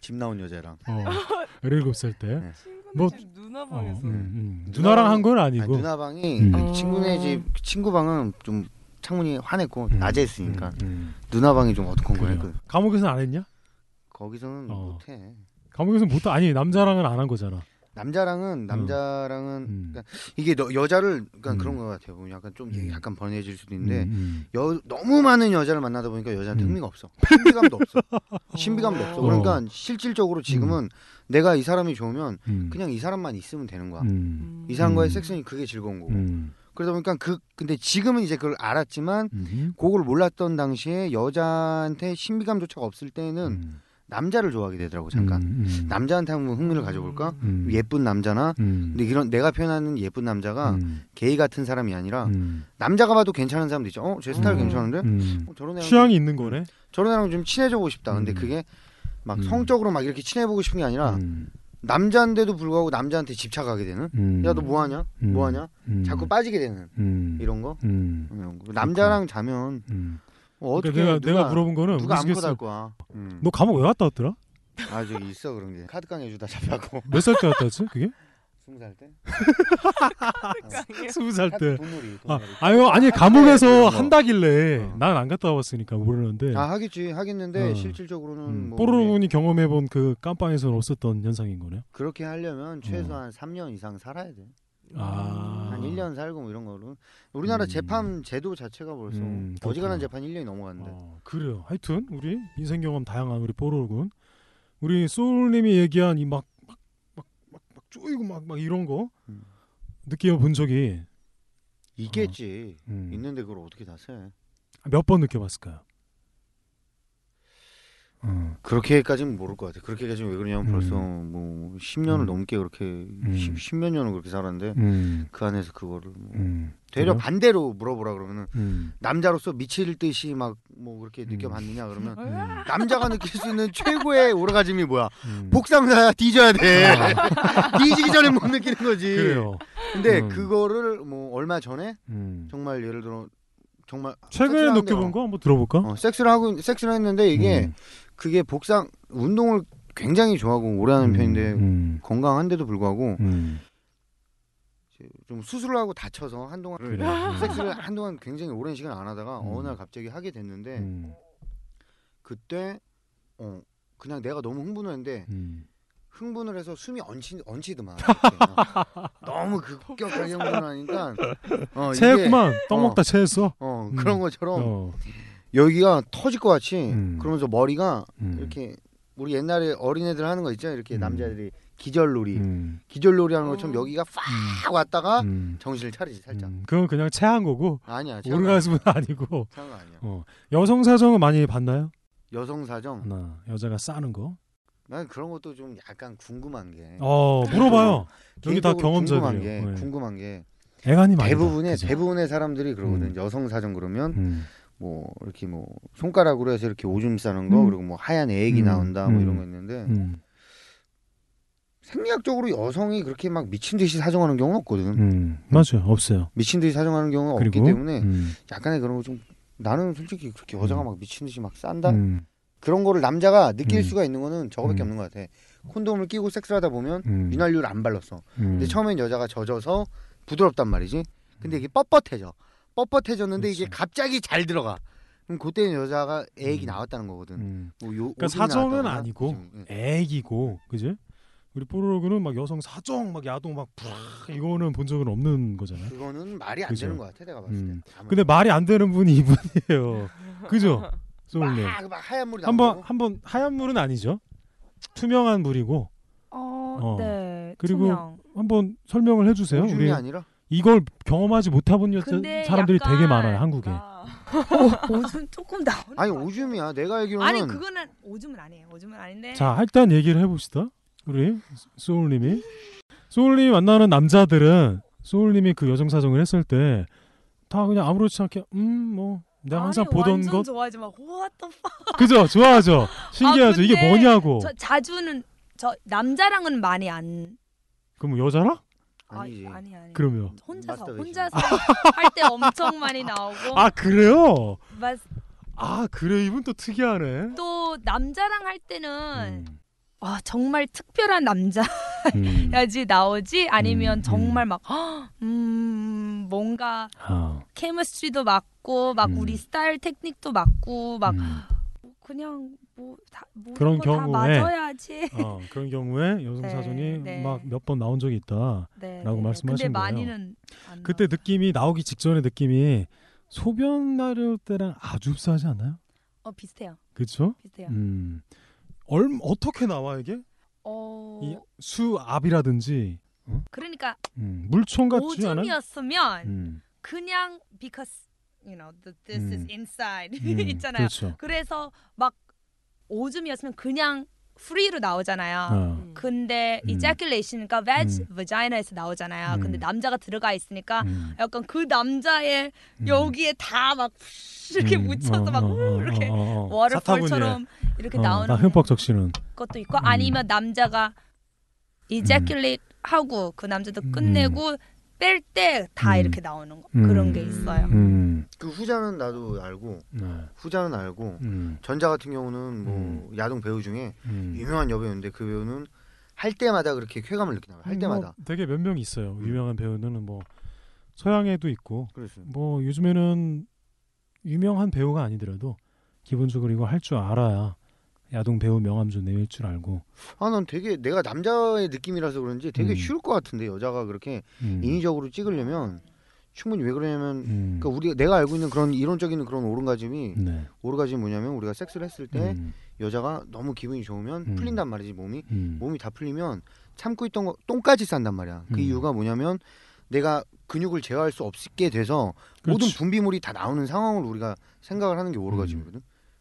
집 나온 여자랑 어. 17살 때. 친구네 뭐- 집 누나 어, 음, 방에서 음. 누나랑 한 건 아니, 아니고. 누나 방이 그 음. 어. 친구네 집 친구 방은 좀 창문이 환했고 음, 낮에 했으니까 음, 음. 누나 방이 좀 그래요. 어두컴컴했거든. 감옥에서는 안 했냐? 거기서는 어. 못해. 감옥에서는 못 아니 남자랑은 안 한 거잖아. 남자랑은 남자랑은 음. 그러니까 이게 너, 여자를 그러니까 음. 그런 거 같아요. 보면 약간 좀 음. 약간 번해질 수도 있는데 음, 여, 너무 많은 여자를 만나다 보니까 여자한테 음. 흥미가 없어. 신비감도 없어. 신비감도 없어. 어. 그러니까 실질적으로 지금은 내가 이 사람이 좋으면 음. 그냥 이 사람만 있으면 되는 거야. 음. 이 사람과의 음. 섹스는 그게 즐거운 거고. 음. 그러다 보니까 그 근데 지금은 이제 그걸 알았지만 음. 그걸 몰랐던 당시에 여자한테 신비감조차 없을 때는 음. 남자를 좋아하게 되더라고 잠깐. 음, 음. 남자한테 한번 흥미를 가져볼까? 음. 예쁜 남자나 음. 근데 이런 내가 표현하는 예쁜 남자가 음. 게이 같은 사람이 아니라 음. 남자가 봐도 괜찮은 사람도 있죠. 어, 제 스타일 음. 괜찮은데? 음. 어, 저런 애랑 취향이 있는 거네. 저런 애랑 좀 친해지고 싶다. 근데 음. 그게 막 음. 성적으로 막 이렇게 친해보고 싶은 게 아니라 음. 남자인데도 불구하고 남자한테 집착하게 되는. 음. 야 너 뭐하냐? 음. 뭐하냐? 음. 자꾸 빠지게 되는 음. 이런 거. 음. 이런 거. 남자랑 자면 음. 어, 어떻게 그러니까 내가 누가, 내가 물어본 거는 누가 안 우스갯소리- 보다 할 거야. 음. 너 감옥 왜 갔다 왔더라? 아 저기 있어 그런 게 카드깡 해주다 잡혀고 몇 살 때 갔다 왔지? 그게? 스무 살 때? 스무 살 때. 돈놀이. 아, 돈놀이. 아유 아니 감옥에서 네, 그런 거. 한다길래 어. 난 안 갔다 와봤으니까 모르는데 아 하겠지 하겠는데 네. 어. 실질적으로는 음, 뭐 뽀로로군이 경험해본 그 깜빵에서는 없었던 현상인 거네요. 그렇게 하려면 최소한 삼 3년 이상 살아야 돼. 어. 아, 음, 한 1년 살고 뭐 이런 거로. 우리나라 음. 재판 제도 자체가 벌써 음, 그렇구나. 어지간한 재판 1년이 넘어갔는데. 어, 그래요. 하여튼 우리 인생 경험 다양한 우리 뽀로로군, 우리 소울님이 얘기한 이 막 막 막막막 쪼이고 막 막 이런 거 음. 느껴본 적이 있겠지. 음, 있는데 그걸 어떻게 다 세? 몇 번 느껴봤을까요? 음, 그렇게까지는 모를 것 같아. 그렇게까지는 왜 그러냐면 음. 벌써 뭐 10년을 음. 넘게 그렇게 십 10몇 년을 그렇게 살았는데 음, 그 안에서 그거를 뭐 음, 되려 그래요? 반대로 물어보라 그러면은 음, 남자로서 미칠 듯이 막 뭐 그렇게 음. 느껴봤느냐 그러면 음, 남자가 느낄 수 있는 최고의 오라가즘이 뭐야? 음. 복상사야 뒤져야 돼. 뒤지기 전에 못 느끼는 거지. 그래요. 근데 음. 그거를 뭐 얼마 전에 음. 정말 예를 들어 정말 최근에 섹스를 느껴본 한대요. 거 한번 들어볼까? 어, 섹스를 하고 있- 섹스를 했는데 이게 음, 그게 복상 운동을 굉장히 좋아하고 오래 하는 음, 편인데 음, 건강한데도 불구하고 음. 좀 수술을 하고 다쳐서 한동안 그래. 음. 섹스를 한동안 굉장히 오랜 시간 안 하다가 음. 어느 날 갑자기 하게 됐는데 음, 그때 어 그냥 내가 너무 흥분을 했는데 음. 흥분을 해서 숨이 얹히, 얹히더만 이렇게. 너무 급격하게 흥분을 하니까 어, 체했구만. 떡 어. 먹다 체했어. 이게, 어 음. 그런 것처럼 어. 여기가 터질 것 같이 음. 그러면서 머리가 음. 이렇게 우리 옛날에 어린애들 하는 거 있죠 이렇게 음. 남자들이 기절놀이 음, 기절놀이 하는 것처럼 여기가 팍 음, 왔다가 음, 정신을 차리지 아, 살짝 음. 그건 그냥 체한 거고 아니야 차가 오르가즘은 아니고. 차가 아니야 어. 여성 사정은 많이 봤나요? 여성 사정 나 여자가 싸는 거. 난 그런 것도 좀 약간 궁금한 게 어 물어봐요. 여기 다 개인적으로 네. 경험자들이에요. 그 궁금한 게 예. 궁금한 게 애간이 많이. 대부분의 대부분의 사람들이 그러거든 음. 여성 사정 그러면 음. 뭐 이렇게 뭐 손가락으로 해서 이렇게 오줌 싸는 거 음. 그리고 뭐 하얀 애기 음. 나온다 뭐 이런 음. 거 있는데 음. 생리학적으로 여성이 그렇게 막 미친 듯이 사정하는 경우는 없거든. 음. 맞아요. 없어요. 미친 듯이 사정하는 경우는 그리고 없기 때문에 음. 약간의 그런 거 좀 나는 솔직히 그렇게 여자가 음. 막 미친 듯이 막 싼다 음. 그런 거를 남자가 느낄 음. 수가 있는 거는 저거밖에 음. 없는 것 같아. 콘돔을 끼고 섹스를 하다 보면 음. 윤활유를 안 발랐어. 음. 근데 처음엔 여자가 젖어서 부드럽단 말이지. 근데 이게 뻣뻣해져. 뻣뻣해졌는데 이게 그치. 갑자기 잘 들어가. 그럼 그때 여자가 애기 음. 나왔다는 거거든. 음. 뭐 요, 그러니까 오줌이 사정은 나왔다거나. 예. 아니고. 응. 애기고 그지? 우리 뽀로로그는 막 여성 사정 막 야동 막 부락 이거는 본 적은 없는 거잖아요. 그거는 말이 안 그죠. 되는 것 같아 내가 봤을 때. 음. 아무래도. 근데 말이 안 되는 분이 이분이에요. 그죠? 소울님 막, 막 하얀 물이 한번 나온다고? 한번 하얀 물은 아니죠. 투명한 물이고 어, 어. 네. 그리고 투명. 한번 설명을 해주세요. 오줌이 우리 아니라 이걸 경험하지 못해본 여 근데 사람들이 약간 되게 많아요 한국에. 오, 오줌 조금 나오는 아니 것 같아요. 오줌이야. 내가 알기로는 아니 그거는 오줌은 아니에요. 오줌은 아닌데. 자 일단 얘기를 해봅시다. 우리 소울님이 소울님이 만나는 남자들은 소울님이 그 여성 사정을 했을 때 다 그냥 아무렇지 않게 음 뭐 내가 항상 아니, 보던 완전 것 좋아하지 막 what the fuck. 그죠 좋아하죠 신기하죠 아, 이게 근데 뭐냐고 저 자주는 저 남자랑은 많이 안 그럼 여자라 아, 아니지. 아니 아니. 그러면 혼자서 마스터베이션. 혼자서 할 때 엄청 많이 나오고 아 그래요 마- 아 그래 이분 또 특이하네 또 남자랑 할 때는 음, 아 정말 특별한 남자야지 음. 나오지 아니면 음, 정말 막 헉, 음, 뭔가 아, 케미스트리도 맞고 막 음. 우리 스타일 테크닉도 맞고 막 음. 그냥 뭐다 모든 그런 거다 경우에- 맞아야지. 어, 그런 경우에 여성 네, 사정이 네. 막 몇 번 나온 적이 있다 네, 라고 네. 말씀하신 근데 거예요. 많이는 안 그때 나와요. 느낌이 나오기 직전의 느낌이 소변 나려 때랑 아주 흡사하지 않아요 어 비슷해요. 그쵸 비슷해요. 음 얼, 어떻게 나와 이게 어 이 수압이라든지 그러니까 음, 물총 같지 않아요 오줌이었으면 음, 그냥 because you know th- this is 음. inside 음, 있잖아요. 그렇죠 그래서막 오줌이었으면 그냥 프리로 나오잖아요. 어. 그 근데 음. ejaculation, 그러니까 vag, vagina에서 나오잖아요. 음. 근데 남자가 들어가 있으니까 음, 약간 그 남자의 음. 여기에 다 막 이렇게 음, 묻혀서 어, 막 어, 어, 이렇게 어, 어, 어. 사타구니에. 워터폴처럼 이렇게 어, 나오는 나 흠뻑 음. 적시는 것도 있고 아니면 남자가 음. ejaculate 하고 그 남자도 끝내고 뺄 때 다 음. 이렇게 나오는 거 음. 그런 게 있어요. 음, 그 후자는 나도 알고 네, 후자는 알고 음, 전자 같은 경우는 뭐 야동 배우 중에 음. 유명한 여배우인데 그 배우는 할 때마다 그렇게 쾌감을 느끼나요? 할 때마다. 음. 뭐 되게 몇 명 있어요. 유명한 배우는 뭐 서양에도 있고 그렇죠. 뭐 요즘에는 유명한 배우가 아니더라도 기본적으로 이거 할 줄 알아야 야동 배우 명함 좀 내밀 줄 알고 아, 난 되게 내가 남자의 느낌이라서 그런지 되게 음. 쉬울 것 같은데 여자가 그렇게 음. 인위적으로 찍으려면 충분히 왜 그러냐면 음. 그러니까 우리 내가 알고 있는 그런 이론적인 그런 오르가즘이 네. 오르가즘이 뭐냐면 우리가 섹스를 했을 때 음. 여자가 너무 기분이 좋으면 음. 풀린단 말이지 몸이 음. 몸이 다 풀리면 참고 있던 거 똥까지 싼단 말이야. 그 음. 이유가 뭐냐면 내가 근육을 제어할 수 없게 돼서 모든 그렇죠. 분비물이 다 나오는 상황을 우리가 생각을 하는 게 오르가즘이거든.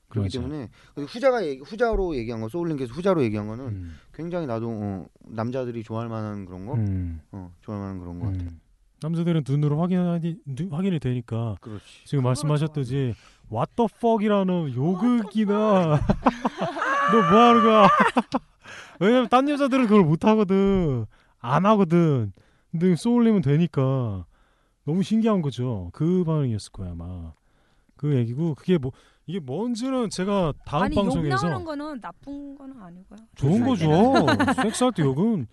그렇기 음. 맞아요. 때문에 근데 후자가 얘기, 후자로 얘기한 거 소울링께서 후자로 얘기한 거는 음. 굉장히 나도 어, 남자들이 좋아할 만한 그런 거, 음. 어, 좋아할 만한 그런 거 같아. 음. 남자들은 눈으로 확인하니 눈- 확인이 되니까 그렇지. 지금 말씀하셨듯이 What the fuck이라는 요극이나 너 뭐하는 거야? 왜냐면 딴 여자들은 그걸 못 하거든, 안 하거든. 근데 소울님은 되니까 너무 신기한 거죠. 그 반응이었을 거야 아마. 그 얘기고 그게 뭐 이게 뭔지는 제가 다음 아니 욕 나오는 방송에서 거는 나쁜 거는 아니고요. 좋은 그치. 거죠. 섹스할 때 욕은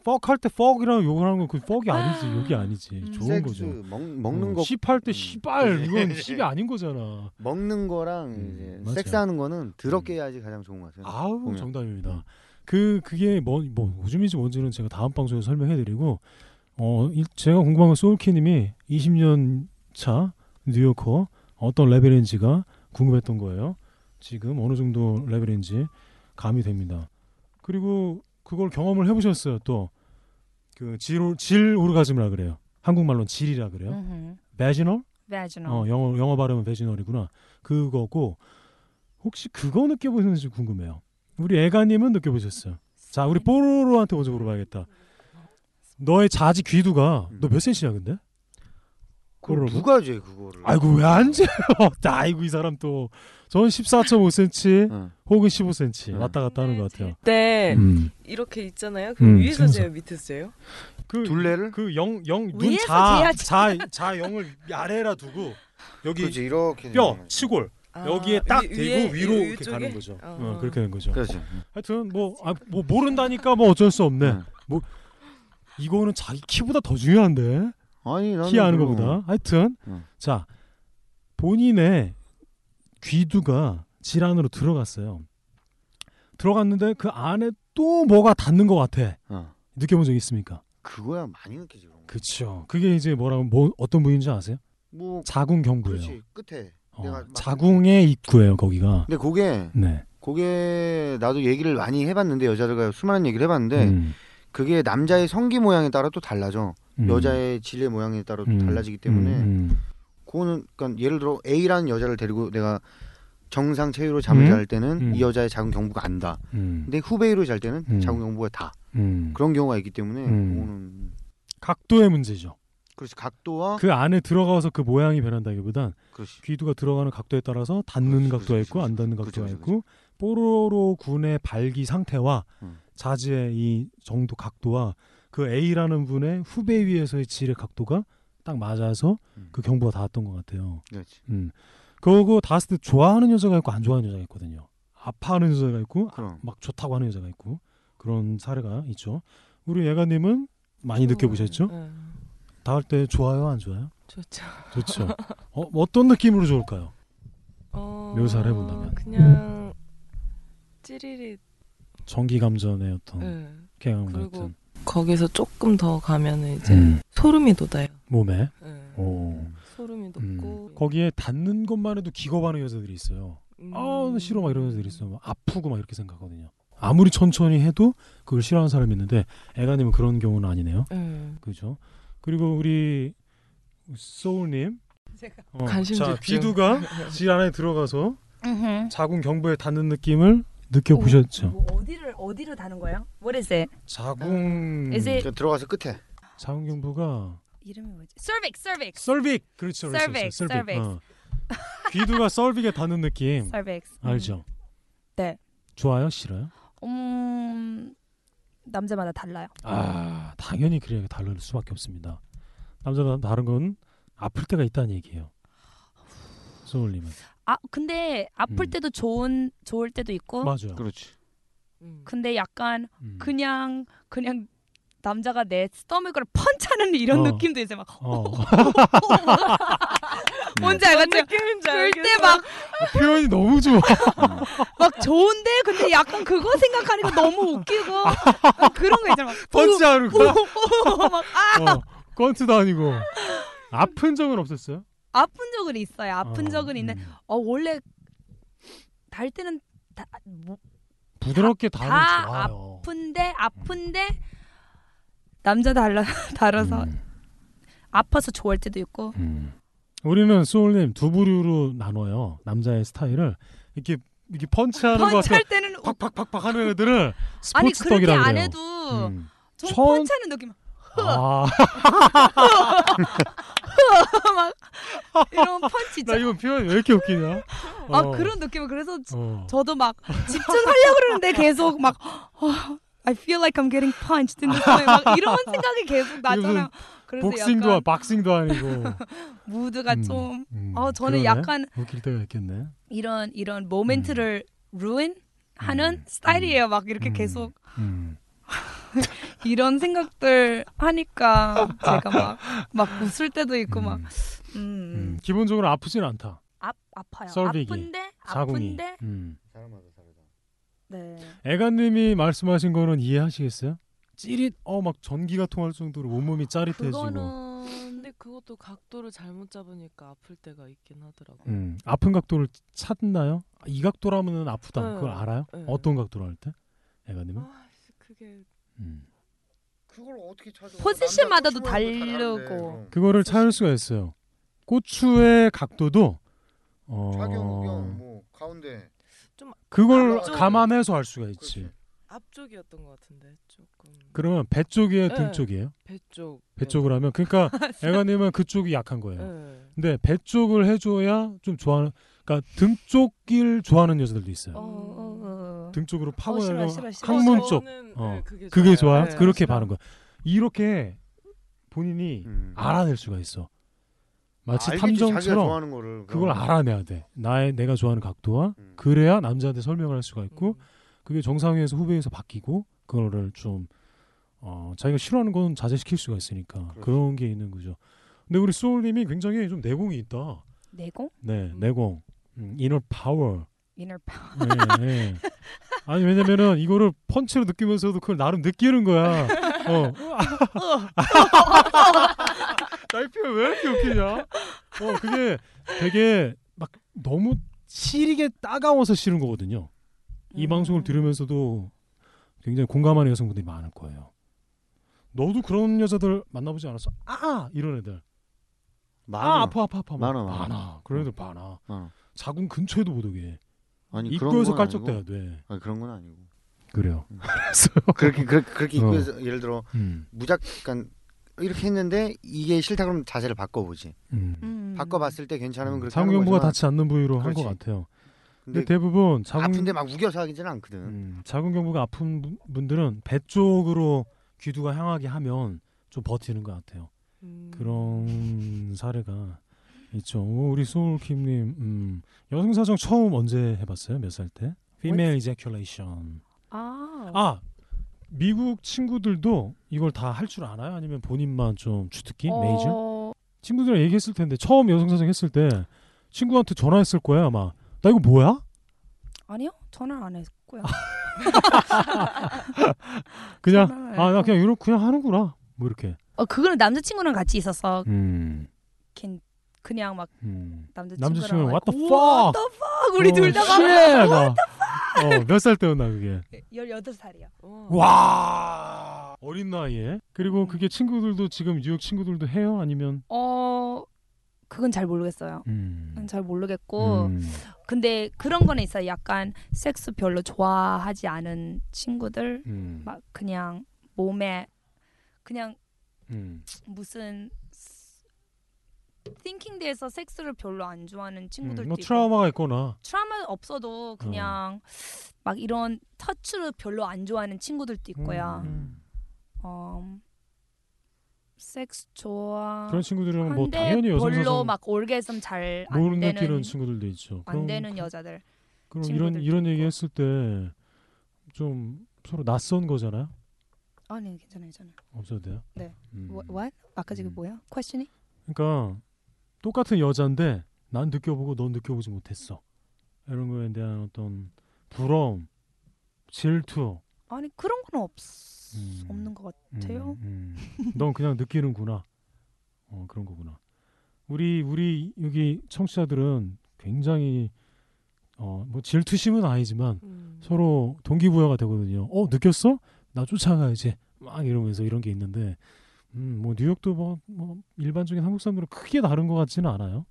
fuck 할때 fuck이라는 욕을 하는 건그 fuck이 아니지 욕이 아니지 음. 좋은 섹스 거죠. 먹, 먹는 어, 거 씹할 때 음. 씨발 이건 씹이 아닌 거잖아. 먹는 거랑 음, 이제 맞아요. 섹스하는 거는 더럽게 음. 해야지 가장 좋은 것 같아요. 아우 보면. 정답입니다. 음. 그 그게 뭐, 뭐 요즘인지 뭔지는 제가 다음 방송에서 설명해드리고 어 이- 제가 궁금한 건 소울키님이 20년 차 뉴요커 어떤 레벨인지가 궁금했던 거예요. 지금 어느 정도 레벨인지 감이 됩니다. 그리고 그걸 경험을 해보셨어요. 또그질 오르가즘이라 그래요. 한국말로는 질이라 그래요. 음흠. 베지널 vaginal. 어, 영어 영어 발음은 베지널이구나. 그거고 혹시 그거 느껴보셨는지 궁금해요. 우리 애가님은 느껴보셨어요. 자, 우리 뽀로로한테 먼저 물어봐야겠다. 너의 자지 귀두가 음. 너 몇 센치냐 근데? 그걸 그러고? 누가 죄 그거를? 아이고 왜 안 재요? 아이고 이 사람 또. 전 14.5cm 응. 혹은 15cm 음. 왔다 갔다 하는 것 같아요. 네 음. 이렇게 있잖아요. 그럼 음, 위에서 생선. 재요, 밑에서 재요? 그 둘레를? 그영영눈 위에서 자 재야지. 자 자 영을 아래라 두고 여기 그렇지 이렇게 뼈 되는 거지. 치골 아, 여기에 딱 위- 대고 위에, 위로 위- 이렇게 위쪽에? 가는 거죠. 어. 어, 그렇게 되는 거죠. 그렇지. 하여튼 뭐, 아, 뭐 모른다니까 뭐 어쩔 수 없네. 뭐 응. 이거는 자기 키보다 더 중요한데 아니 나는 키 아는 그거- 거보다. 하여튼 응. 자 본인의 귀두가 질환으로 들어갔어요. 들어갔는데 그 안에 또 뭐가 닿는 것 같아. 어. 느껴본 적 있습니까? 그거야 많이 느끼지 그런 거. 그렇죠. 그게 이제 뭐라고 뭐 어떤 부위인지 아세요? 뭐 자궁경부예요. 그렇지 끝에. 내가 어, 막- 자궁의 입구예요 거기가. 근데 그게 네. 그게 나도 얘기를 많이 해봤는데 여자들과 수많은 얘기를 해봤는데 음, 그게 남자의 성기 모양에 따라 또 달라져. 음, 여자의 질의 모양에 따라 또 음, 달라지기 때문에 음, 그거는 그러니까 예를 들어 A라는 여자를 데리고 내가 정상 체위로 잠을 음? 잘 때는 음. 이 여자의 자궁 경부가 안다. 음, 근데 후배로 잘 때는 음. 자궁 경부가 다. 음. 그런 경우가 있기 때문에 음. 그거는 각도의 문제죠. 그렇지 각도와 그 안에 들어가서 그 모양이 변한다기보단 그렇지. 귀두가 들어가는 각도에 따라서 닿는 그렇죠, 그렇지, 각도가 그렇지, 있고 그렇지. 안 닿는 그렇지, 각도가 그렇죠, 그렇지, 있고 뽀로로 군의 발기 상태와 음. 자지의 이 정도 각도와 그 A라는 분의 후배 위에서의 질의 각도가 딱 맞아서 음. 그 경부가 닿았던 것 같아요. 그렇지. 음. 그거 닿았을 때 좋아하는 여자가 있고 안 좋아하는 여자가 있거든요. 아파하는 여자가 있고 네. 그럼 막 좋다고 하는 여자가 있고 그런 사례가 있죠. 우리 예가님은 많이 느껴보셨죠? 응. 닿을 때 좋아요 안 좋아요? 음. 좋죠. 좋죠. 어, 어떤 느낌으로 좋을까요? 어, 묘사를 해본다면. 음. 그냥 찌릿이. 전기 감전의 어떤 응. 경험 네. 그리고 같은 네. 거기서 조금 더 가면은 이제 음. 소름이 돋아요. 몸에 응. 오. 소름이 음. 돋고 거기에 닿는 것만 해도 기겁하는 여자들이 있어요. 음. 아 싫어 막 이런 여자들이 있어요. 막 아프고 막 이렇게 생각하거든요. 아무리 천천히 해도 그걸 싫어하는 사람이 있는데 애가님은 그런 경우는 아니네요. 응. 그죠? 그리고 우리 소울님 제가. 어, 관심 자 집중. 귀두가 질 안에 들어가서 음흠. 자궁 경부에 닿는 느낌을 느껴보셨죠? 뭐 어디를 어디로 다는 거예요? What is it? 네. 자궁 Is it 저 그러니까 들어가서 끝에 자궁 경부가 이름이 뭐지? cervix, cervix, 썰빅 그렇죠 그렇죠, Cervix, 그렇죠. 썰빅 cervix. 어. 귀두가 썰빅에 닿는 느낌 cervix. 음. 알죠 네. 좋아요 싫어요 음, 남자마다 달라요. 아 당연히 그래야 다를 수밖에 없습니다 남자랑 다른 건 아플 때가 있다는 얘기예요 소울님은 아 근데 아플 음. 때도 좋은 좋을 때도 있고 맞아요 그렇지. 음. 근데 약간 음. 어? 그냥 그냥 남자가 내 스토맥을 펀치하는 이런 어. 느낌도 이제 막 어. 네. 뭔지 알겠죠? 느낌인지 그럴 알겠어. 때 막 표현이 너무 좋아. 막 좋은데 근데 약간 그거 생각하니까 너무 웃기고 막 그런 거 있잖아. 아. 막 펀치하는 거야. 막 아! 어, 권투도 아니고 아픈 적은 없었어요? 아픈 적은 있어요. 아픈 어, 적은 있는. 음. 어 원래 달 때는 다 뭐, 부드럽게 다루면 다 좋아요. 아픈데 아픈데 남자 달라 다뤄서 음, 아파서 좋아할 때도 있고 음. 우리는 소울님 두 부류로 나눠요. 남자의 스타일을 이렇게 이렇게 펀치하는 거 같은 펀치할 때는 웃- 팍팍팍팍 하는 애들을 아니 스포츠 그렇게 떡이라고 안 그래요. 해도 음. 좀 천- 펀치하는 느낌 아, 이런 펀치 나 있죠. 이거 표현 왜 이렇게 웃기냐? 아 어, 그런 느낌 그래서 저- 어. 저도 막 집중하려고 그러는데 계속 막 어, I feel like I'm getting punched in the stomach 막 이런 생각이 계속 나잖아요. 그래서 복싱도 약간 박싱도 아니고. 무드가 음. 좀 음, 어, 저는 그러네. 약간 웃길 때가 있겠네. 이런 이런 모멘트를 ruin 하는 음. 스타일이에요. 막 이렇게 음. 계속 음. 이런 생각들 하니까 제가 막 막 웃을 때도 있고 막 음, 음. 음. 기본적으로 아프진 않다. 아, 아파요. 썰리기, 아픈데 자궁이. 아픈데 음. 사람마다 다르다. 네. 어, 애가님이 말씀하신 거는 이해하시겠어요? 찌릿 어 막 전기가 통할 정도로 온몸이 짜릿해지고. 그거는 근데 그것도 각도를 잘못 잡으니까 아플 때가 있긴 하더라고. 요 음, 아픈 각도를 찾나요? 이 각도라면은 아프다. 네. 그걸 알아요? 네. 어떤 각도로 할 때? 애가님은? 아, 씨, 그게 음. 그걸 어떻게 찾아? 포지션마다도 다르고. 그거를 찾을 수가 있어요. 고추의 각도도 어, 뭐 가운데. 그걸 앞쪽. 감안해서 할 수가 있지. 그렇지. 앞쪽이었던 것 같은데 조금 그러면 배 쪽이에요, 등 네. 쪽이에요? 배 쪽. 네. 배 쪽을 하면 그러니까 애가님은 그쪽이 약한 예. 거예요. 예. 근데 배 쪽을 해줘야 좀 좋아하는, 그러니까 등 쪽을 좋아하는 여자들도 있어요. 어, 어, 어. 등 쪽으로 파고 싫어, 어, 싫어, 싫어. 항문 어, 쪽 저는, 어, 예, 그게, 그게 좋아요. 예. 그렇게 바는 거야. 이렇게 본인이 음. 알아낼 수가 있어. 마치 알겠지, 자기가 탐정처럼 좋아하는 거를 그걸 그럼. 알아내야 돼. 나의 내가 좋아하는 각도와 음. 그래야 남자한테 설명을 할 수가 있고 음. 그게 정상회에서 후배에서 바뀌고 그거를 좀 어, 자기가 싫어하는 건 자제시킬 수가 있으니까 그렇죠. 그런게 있는 거죠. 근데 우리 소울님이 굉장히 좀 내공이 있다. 내공 네, 음. 내공, 음, inner power. inner power. 네, 네. 아니 왜냐면은 이거를 펀치로 느끼면서도 그걸 나름 느끼는 거야. 어. 나이 표현 왜 이렇게 웃기냐? 어 그게 되게 막 너무 시리게 따가워서 싫은 거거든요. 이 음. 방송을 들으면서도 굉장히 공감하는 여성분들이 많을 거예요. 너도 그런 여자들 만나보지 않았어? 아 이런 애들. 아 많아. 아파 아파 아파. 많아, 많아. 많아. 그런 애들 많아. 많아. 자궁 근처에도 못 오게. 아니 그런 입구에서 건 아니고. 깔짝대야 돼. 아니 그런 건 아니고. 그래요. 음. 그래서 그렇게 그렇게, 그렇게 어. 입구에서 예를 들어 음. 무작 그러니까 이렇게 했는데 이게 싫다 그러면 자세를 바꿔보지. 음. 음. 바꿔봤을 때 괜찮으면 그렇게 하는 자궁경부가 거지만 닿지 않는 부위로 한 것 그렇지. 같아요. 근데, 근데 대부분 자궁 아픈데 막 우겨서 하기는 않거든. 음, 자궁경부가 아픈 분- 분들은 배 쪽으로 귀두가 향하게 하면 좀 버티는 것 같아요. 음. 그런 사례가 있죠. 오, 우리 소울킴님 음, 여성 사정 처음 언제 해봤어요? 몇 살 때? Female ejaculation. 아, 아 미국 친구들도 이걸 다 할 줄 아나요? 아니면 본인만 좀 주특기 메이저? 어, 친구들이랑 얘기했을 텐데 처음 여성 사정 했을 때 친구한테 전화했을 거야 아마. 나 이거 뭐야? 아니요, 전화를 안 했고요. 아, 그냥 전화를 안 아 나 했고. 그냥 이렇게 그냥 하는구나. 뭐 이렇게. 어 그거는 남자친구랑 같이 있어서 음. 걘 그냥 막 음. 남자친구랑 남자친구랑 막 what the fuck? 우와, 어, fuck! 아, 우리 둘 다 막 어몇살 때였나 그게. 18살이요. 어. 와 어린 나이에 음. 그리고 그게 친구들도 지금 뉴욕 친구들도 해요 아니면 어 그건 잘 모르겠어요. 음. 그건 잘 모르겠고 음. 근데 그런 거는 있어요. 약간 섹스 별로 좋아하지 않은 친구들 음. 막 그냥 몸에 그냥 음. 무슨 thinking 대해서 섹스를 별로 안 좋아하는 친구들도 뭐 있고 트라우마가 있거나 트라우마 없어도 그냥 막 이런 터치를 별로 안 좋아하는 친구들도 있고요. 음. 어, 섹스 좋아. 그런 친구들은 뭐 한데 당연히 여성 별로 사정 막 올게슴 잘 안 모르는 느끼는 되는 친구들도 있죠. 안 되는 여자들. 그럼 이런 친구들도 이런 있고. 얘기했을 때 좀 서로 낯선 거잖아요. 아니 괜찮아요 저는. 없어도 돼요. 네. 음. 뭐- what? 아까 지금 음. 뭐야? 퀘스천이? 그러니까 똑같은 여자인데 난 느껴보고 넌 느껴보지 못했어. 이런 거에 대한 어떤 부러움, 질투. 아니 그런 건 없. 음. 없는 것 음, 같아요. 음. 넌 그냥 느끼는구나. 어 그런 거구나. 우리 우리 여기 청취자들은 굉장히 어뭐 질투심은 아니지만 음. 서로 동기부여가 되거든요. 어 느꼈어? 나 쫓아가야지. 막 이러면서 이런 게 있는데, 음 뭐 뉴욕도 뭐, 뭐 일반적인 한국 사람들은 크게 다른 것 같지는 않아요.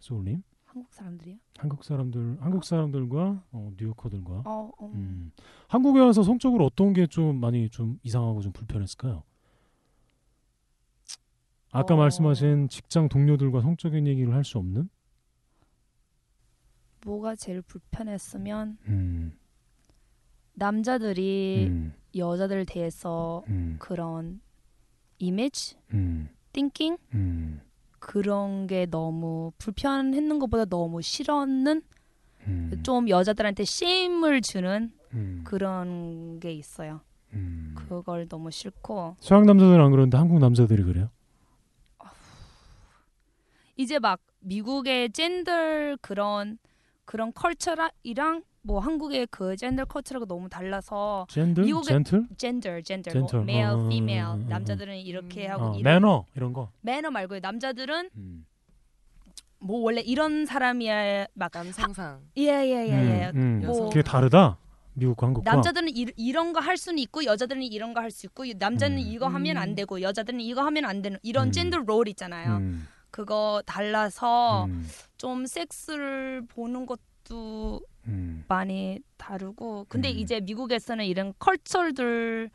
소울님, 한국 사람들이야? 한국 사람들, 한국 사람들과 어, 뉴요커들과 어, 어. 음. 한국에 와서 성적으로 어떤 게 좀 많이 좀 이상하고 좀 불편했을까요? 아까 어. 말씀하신 직장 동료들과 성적인 얘기를 할 수 없는? 뭐가 제일 불편했으면 음, 남자들이 음, 여자들 대해서 음, 그런 이미지, 음, 띵킹 음, 그런 게 너무 불편했는 것보다 너무 싫었는 음, 좀 여자들한테 쉼을 주는 음, 그런 게 있어요. 음. 그걸 너무 싫고 서양 남자들은 안 그러는데 한국 남자들이 그래요? 이제 막 미국의 젠더 그런 그런 컬처랑 뭐 한국의 그 젠더 컬처랑 너무 달라서 젠들? 미국의- 젠틀? 젠더 젠더 젠틀. 뭐 male, 어, 어, 어, female 어, 어, 어. 남자들은 이렇게 하고 어, 이런- 매너 이런 거. 매너 말고 남자들은 음. 뭐 원래 이런 사람이야 막 남상상. 예예예예 음, 음. 뭐- 그게 다르다. 미국과 한국과. 남자들은 이, 이런 거 할 수는 있고 여자들은 이런 거 할 수 있고 남자는 음. 이거 하면 안 되고 여자들은 이거 하면 안 되는 이런 음. 젠더 롤 있잖아요. 음, 그거 달라서 음, 좀 섹스를 보는 것도 음, 많이 다르고 근데 음. 이제 미국에서는 이런 컬처들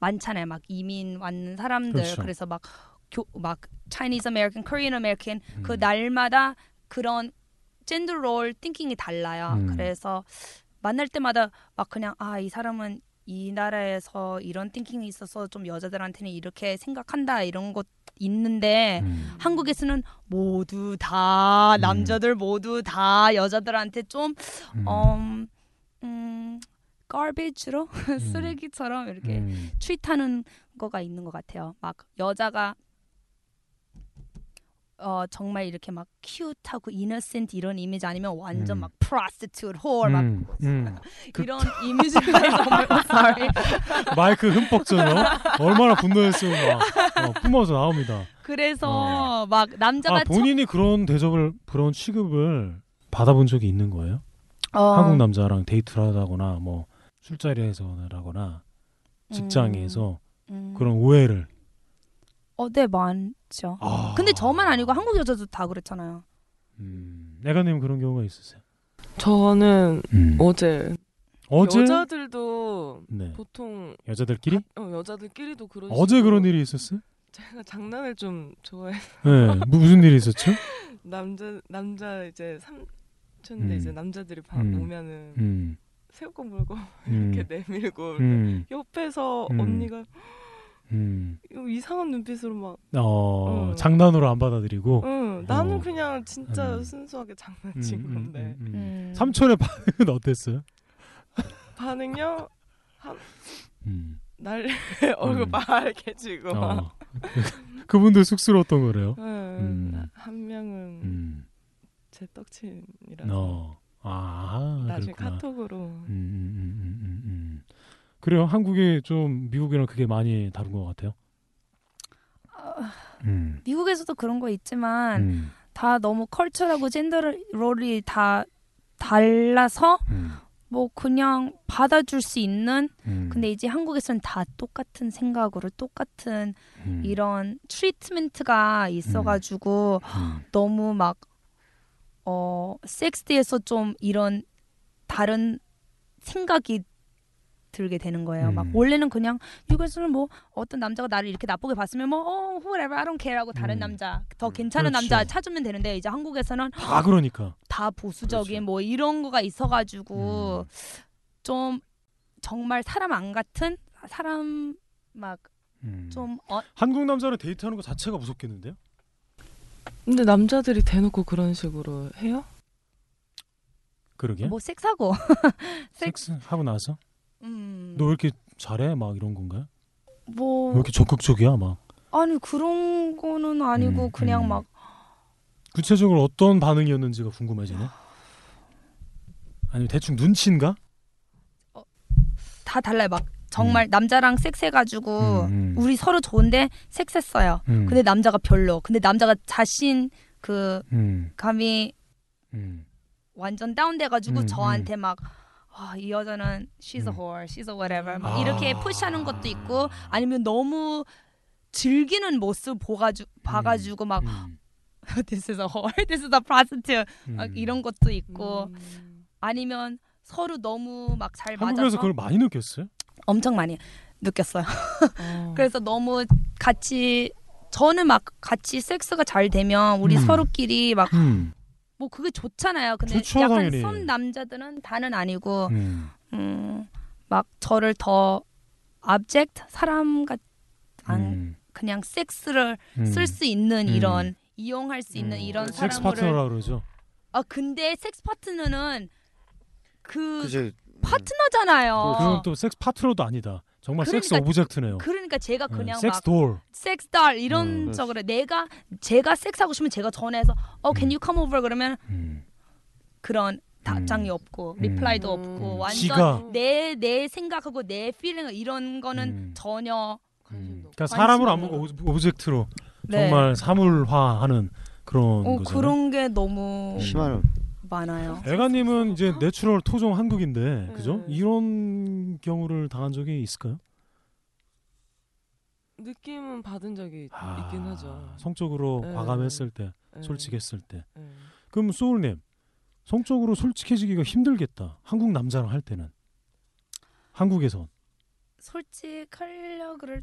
많잖아요. 막 이민 왔는 사람들 그렇죠. 그래서 막교막 Chinese American, Korean American 음. 그 날마다 그런 젠더 롤 띵킹이 달라요. 음. 그래서 만날 때마다 막 그냥 아 이 사람은 이 나라에서 이런 띵킹이 있어서 좀 여자들한테는 이렇게 생각한다 이런 것 있는데 음, 한국에서는 모두 다 음. 남자들 모두 다 여자들한테 좀 음, 음, 음 garbage로 그 쓰레기처럼 이렇게 음, 트윗하는 거가 있는 것 같아요. 막 여자가 어 정말 이렇게 막 큐트하고 이너센트 이런 이미지 아니면 완전 음. 막 prostitute, whore 막 음, 음. 그- 이런 이미지가 있어서 sorry. 마이크 흠뻑 쪄요. 얼마나 분노했으면 막 어, 뿜어져 나옵니다. 그래서 막 남자가 아 본인이 그런 대접을 그런 취급을 받아본 적이 있는 거예요? 처- 어, 한국 남자랑 데이트를 하다거나 뭐 술자리에서라거나 직장에서 음, 음. 그런 오해를. 어네 많죠. 아. 근데 저만 아니고 한국 여자도 다 그랬잖아요. 음, 애가님 그런 경우가 있으세요? 저는 음. 어제 어제 여자들도 네 보통 여자들끼리 어, 여자들끼리도 그런 어제 식으로 그런 일이 있었어요? 제가 장난을 좀 좋아해 네 무- 무슨 일이 있었죠? 남자 남자 이제 삼촌인데 음. 이제 남자들이 밥 음. 오면은 음, 새우깡 물고 음, 이렇게 내밀고 음, 옆에서 음. 언니가 음. 이거 이상한 눈빛으로 막 어 음. 장난으로 안 받아들이고 응, 나는 어. 그냥 진짜 음. 순수하게 음, 장난친 음, 건데 음, 음. 음. 삼촌의 반응은 어땠어요? 반응요 음. 날 얼굴 음. 빨개지고 막. 어. 그분도 쑥스러웠던 거래요. 응, 음. 한 명은 음. 제 떡친이라서 어. 아 나중에 그렇구나. 카톡으로 음, 음, 음, 음, 음, 음. 그래요. 한국이 좀 미국이랑 그게 많이 다른 것 같아요. 아, 음. 미국에서도 그런 거 있지만 음, 다 너무 컬처라고 젠더 롤이 다 달라서 음, 뭐 그냥 받아줄 수 있는 음, 근데 이제 한국에서는 다 똑같은 생각으로 똑같은 음, 이런 트리트먼트가 있어가지고 음, 너무 막어 섹스에서 좀 이런 다른 생각이 들게 되는 거예요. 막 음. 원래는 그냥 미국에서는 뭐 어떤 남자가 나를 이렇게 나쁘게 봤으면 뭐어 whatever I don't care 하고 다른 음. 남자 더 괜찮은 그렇죠. 남자 찾으면 되는데 이제 한국에서는 다 그러니까. 다 보수적인 그렇죠. 음. 뭐 이런 거가 있어가지고 좀 정말 사람 안 같은 사람 음. 막 좀 어, 한국 남자랑 데이트하는 거 자체가 무섭겠는데요? 근데 남자들이 대놓고 그런 식으로 해요? 그러게. 뭐 섹스하고 섹스 하고 나서 음. 너 왜 이렇게 잘해? 막 이런 건가요? 왜 뭐 이렇게 적극적이야? 막 아니 그런 거는 아니고 음, 그냥 음. 막 구체적으로 어떤 반응이었는지가 궁금해지네. 아니면 대충 눈치인가? 다 달라요. 막 정말 남자랑 섹스해가지고 음, 음. 어. 우리 서로 좋은데 섹스했어요. 음, 근데 남자가 별로. 근데 남자가 자신 그 음, 감이 음. 완전 다운돼가지고 음, 저한테 막. 아, 이 여자는 she's a whore, she's a whatever 막 아. 이렇게 푸시하는 것도 있고 아니면 너무 즐기는 모습 보가주, 봐가지고 막 음, this is a whore, this is a prostitute 음. 막 아, 이런 것도 있고 음. 아니면 서로 너무 막 잘 한국에서 맞아서 그걸 많이 느꼈어요? 엄청 많이 느꼈어요. 어. 그래서 너무 같이 저는 막 같이 섹스가 잘 되면 우리 음. 서로끼리 막 뭐 음. 그게 좋잖아요. 근데 좋죠, 약간 당연히. 선 남자들은 다는 아니고 음. 음, 막 저를 더 object 사람 같 안, 음. 그냥 섹스를 음. 쓸 수 있는 음. 이런 이용할 수 있는 음. 이런 섹스 사람을 파트너라 그러죠. 아 근데 섹스 파트너는 그 그치. 파트너잖아요. 그건 또 섹스 파트너도 아니다. 정말 섹스 어. 그러니까 오브젝트네요. 그러니까 제가 예, 그냥 막 섹스 돌. 섹스 달 이런 음. 쪽으로 내가 제가 섹스하고 싶으면 제가 전화해서 어 can you come over 그러면 음. 그런 답장이 음. 없고 음. 리플라이도 음. 없고 완전 지가 내 내 생각하고 내 필링 이런 거는 음. 전혀 음. 그러니까 사람으로 안 보고 오브- 오브젝트로 정말 사물화하는 그런 음. 어, 거죠. 네. 그런 게 어. 너무 심한 많아요. 네. 애가님은 이제 내추럴 토종 한국인데 그죠? 음. 이런 경우를 당한 적이 있을까요? 느낌은 받은 적이 아, 있긴 하죠. 성적으로 네. 과감했을 때, 예. 솔직했을 때. 예. 그럼 소울님 성적으로 솔직해지기가 힘들겠다. 한국 남자랑 할 때는 한국에선 솔직하려 그럴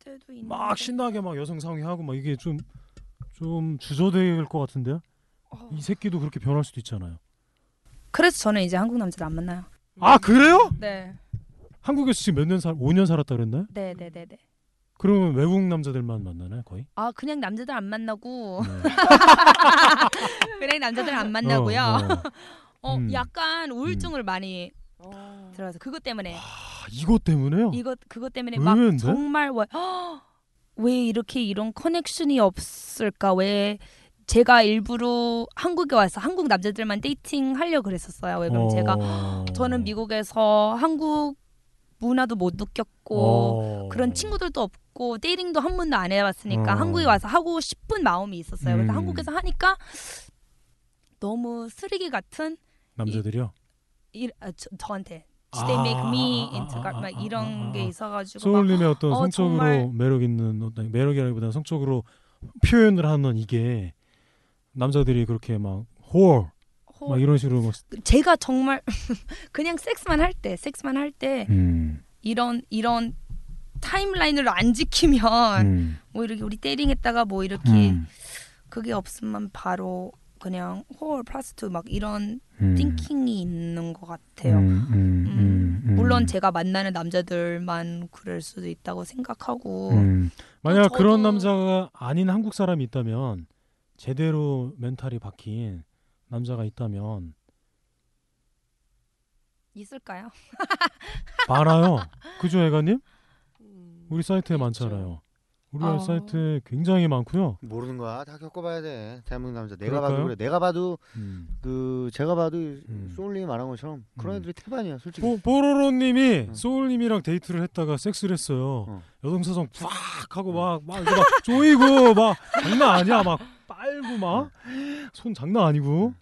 때도 있는데 막 신나게 막 여성 상의하고 막 이게 좀 좀 주저될 것 같은데요? 어. 음. 이 새끼도 그렇게 변할 수도 있잖아요. 그래서 저는 이제 한국 남자를 안 만나요. 아 그래요? 네, 한국에서 지금 몇 년 살, 5년 살았다 그랬나요? 네, 네, 네, 네. 그러면 외국 남자들만 만나나요 거의? 아 그냥 남자들 안 만나고 네. 그냥 남자들 안 어, 만나고요. 음. 어, 어, 어. 음. 약간 우울증을 많이 어. 들어서 그것 때문에 아, 이것 때문에요? 이것 그것 때문에 의외인데? 막 정말 와, "허! 왜 이렇게 이런 커넥션이 없을까? 왜 제가 일부러 한국에 와서 한국 남자들만 데이팅 하려 고 그랬었어요. 왜 그럼 어. 제가 저는 미국에서 한국 문화도 못 느꼈고 어. 그런 친구들도 없고 데이팅도 한 번도 안 해봤으니까 어. 한국에 와서 하고 싶은 마음이 있었어요. 그래서 음. 한국에서 하니까 너무 쓰레기 같은 남자들이요. 일, 아, 저, 저한테 they make me 아, 아, into 아, God 아, 막 아, 이런 아, 아. 게 있어가지고 소울님의 어떤 어, 성적으로 정말. 매력 있는 어떤 매력이라기보다는 성적으로 표현을 하는 이게 남자들이 그렇게 막 호어 막 막 호, 이런 식으로 막 제가 정말 그냥 섹스만 할 때 섹스만 할 때 음, 이런 이런 타임라인을 안 지키면 음, 뭐 이렇게 우리 때링했다가 뭐 이렇게 음, 그게 없으면 바로 그냥 홀 플러스트 막 이런 음, 띵킹이 있는 것 같아요. 음, 음, 음, 음. 물론 제가 만나는 남자들만 그럴 수도 있다고 생각하고 음. 만약 뭐 저도- 그런 남자가 아닌 한국 사람이 있다면 제대로 멘탈이 박힌 남자가 있다면 있을까요? 많아요. 그죠, 애가님? 음. 우리 사이트에 많잖아요. 우리 어. 아. 사이트에 굉장히 많고요. 모르는 거야. 다 겪어봐야 돼. 대한민국 남자. 내가 그럴까요? 봐도 그래. 내가 봐도 음. 그 제가 봐도 음. 소울님이 말한 것처럼 그런 음. 애들이 태반이야, 솔직히. 보, 보로로님이 응. 소울님이랑 데이트를 했다가 섹스를 했어요. 음. 어. 음. 여동사성 팍 하고 막, 막, 이렇게 막 조이고 막 장난 아니야 막 빨고 막 손 음. 장난 아니고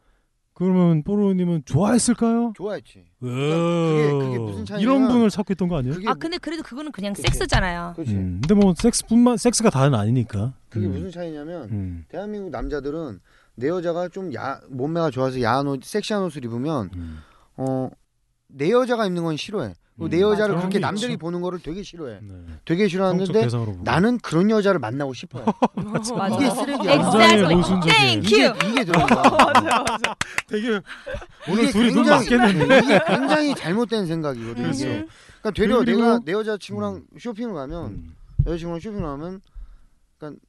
그러면 보로로님은 좋아했을까요? 좋아했지. 으, 그게 무슨 차이냐면 이런 분을 찾고 있던 거 아니에요? 그게 아 근데 그래도 그거는 그냥 그치. 섹스잖아요. 그지 예? 음, 근데 뭐 섹스뿐만 섹스가 다는 아니니까. 그게 음, 무슨 차이냐면 음, 대한민국 남자들은 내 여자가 좀 야, 몸매가 좋아서 야한 옷, 섹시한 옷을 입으면 음. 어, 내 여자가 입는 건 싫어해. 그리고 음, 내 여자를 맞아. 그렇게 그런 게 남들이 있죠. 보는 거를 되게 싫어해. 네. 되게 성적 싫어하는데 대상으로 보고. 나는 그런 여자를 만나고 싶어. 맞아. 이게 쓰레기야. 굉장히 Exactly. 어, 모순적이에요. 어, Thank 이게 you. 이게 들어간 거야. 되게 이게 오늘 둘이 눈 굉장히- 맞겠는데. 이게 굉장히 잘못된 생각이거든. 요 음. 그렇죠. 이게. 그러니까 되려 그리고- 내가 내 여자 친구랑 쇼핑을 가면 음, 여자 친구랑 쇼핑을 가면 그러니까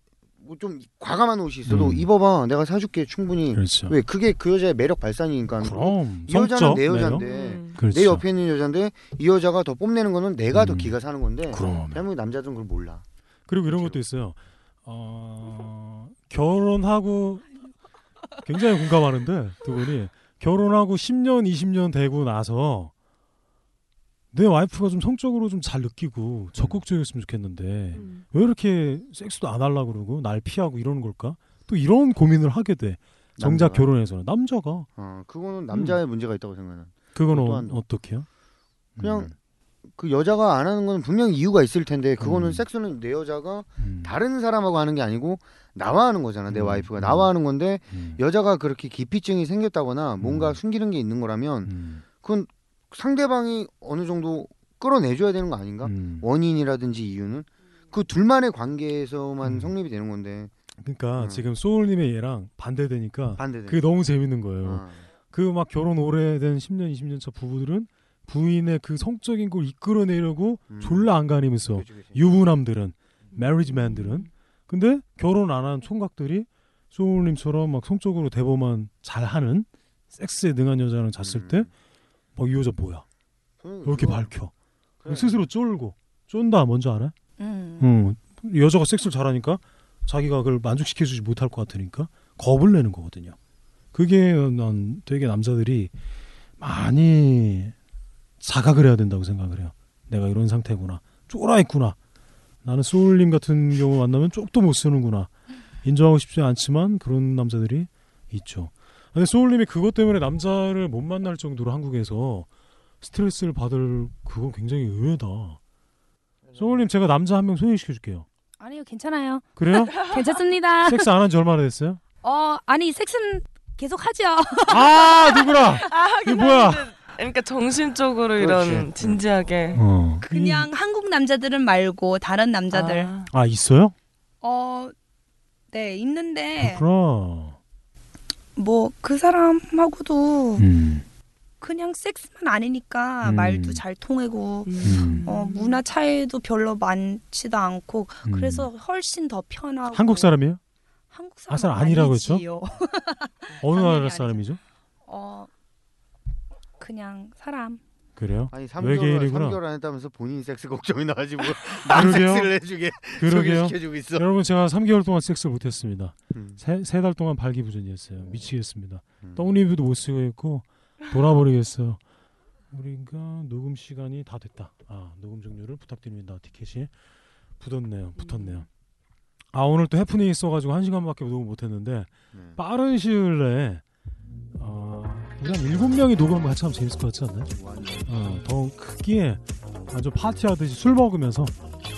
뭐좀 과감한 옷이 있어도 음. 입어봐 내가 사줄게 충분히 그렇죠. 왜 그게 그 여자의 매력 발산이니까 그럼 이 여자는 성적 내 매력. 여잔데 음. 그렇죠. 내 옆에 있는 여자인데 이 여자가 더 뽐내는 거는 내가 더 음. 기가 사는 건데 그럼 대한민국 남자들은 그걸 몰라 그리고 이런 그렇죠. 것도 있어요. 어, 결혼하고 굉장히 공감하는데 두 분이 결혼하고 10년, 20년 되고 나서 내 와이프가 좀 성적으로 좀 잘 느끼고 적극적이었으면 좋겠는데 음. 왜 이렇게 섹스도 안 하려고 그러고 날 피하고 이러는 걸까? 또 이런 고민을 하게 돼. 정작 남자가. 결혼해서는 남자가 어, 음. 그거는 남자의 문제가 있다고 생각하는 그건 또한 어, 어떻게요? 그냥 그 여자가 안 하는 건 분명 히 이유가 있을 텐데 그거는 음. 섹스는 내 여자가 음, 다른 사람하고 하는 게 아니고 나와 하는 거잖아 내 음. 와이프가 음. 나와 하는 건데 음, 여자가 그렇게 기피증이 생겼다거나 뭔가 음. 숨기는 게 있는 거라면 음, 그건 상대방이 어느 정도 끌어내줘야 되는 거 아닌가 음. 원인이라든지 이유는 그 둘만의 관계에서만 음. 성립이 되는 건데 그러니까 음. 지금 소울님의 얘랑 반대되니까 아, 반대되 그게 너무 재밌는 거예요. 어. 그 막 결혼 오래된 10년, 20년 차 부부들은 부인의 그 성적인 걸 이끌어내려고 음. 졸라 안간힘있어 그치, 그치. 유부남들은, 매리지맨들은. 근데 결혼 안 한 총각들이 소울님처럼 막 성적으로 대범한 잘하는 섹스에 능한 여자랑 잤을 음. 때 막 이 여자 뭐야? 그건 왜 이렇게 그거- 네. 밝혀? 그래. 스스로 쫄고 쫀다 뭔지 알아? 음. 응. 여자가 섹스를 잘하니까 자기가 그걸 만족시켜주지 못할 것 같으니까 겁을 내는 거거든요. 그게 난 되게 남자들이 많이 자각을 해야 된다고 생각을 해요. 내가 이런 상태구나. 쫄아 있구나. 나는 소울님 같은 경우 만나면 쪽도 못 쓰는구나. 인정하고 싶지 않지만 그런 남자들이 있죠. 근데 소울님이 그것 때문에 남자를 못 만날 정도로 한국에서 스트레스를 받을 그건 굉장히 의외다. 소울님 제가 남자 한 명 소개시켜줄게요. 아니요, 괜찮아요. 그래요? 괜찮습니다. 섹스 안 한 지 얼마나 됐어요? 어, 아니 섹스는 계속 하죠. 아 누구라? 아, 이게 뭐야? 그러니까 정신적으로 이런 그렇지. 진지하게 어. 그냥 한국 남자들은 말고 다른 남자들. 아, 아 있어요? 어, 네 있는데 아, 그렇구나. 뭐 그 사람하고도 음. 그냥 섹스만 아니니까 음. 말도 잘 통하고 음. 어, 문화 차이도 별로 많지도 않고 음. 그래서 훨씬 더 편하고 한국 사람이에요? 한국 아, 사람 사람 아니라고 했죠? 아니지요. 어느 나라 아니죠. 사람이죠? 어 그냥 사람 그래요? 아니 외계인이구나. 3개월, 개월안 했다면서 본인 섹스 걱정이 나가지 뭐남 그러게요. 섹스를 해주게 그러게요. 소개시켜주고 있어 여러분 제가 3개월 동안 섹스를 못했습니다. 음. 세 달 동안 발기부전이었어요. 미치겠습니다. 음. 떡리뷰도 못 쓰고 있고 돌아버리겠어요. 우리가 그러니까 녹음 시간이 다 됐다. 아 녹음 종료를 부탁드립니다. 티켓이 붙었네요. 붙었네요. 아 오늘 또 해프닝이 있어가지고 한 시간밖에 녹음 못했는데 네. 빠른 시일 내에 어, 우리 한 일곱 명이 녹음하면 같이 하면 재밌을 것 같지 않나요? 어, 더 크기에 아주 파티하듯이 술 먹으면서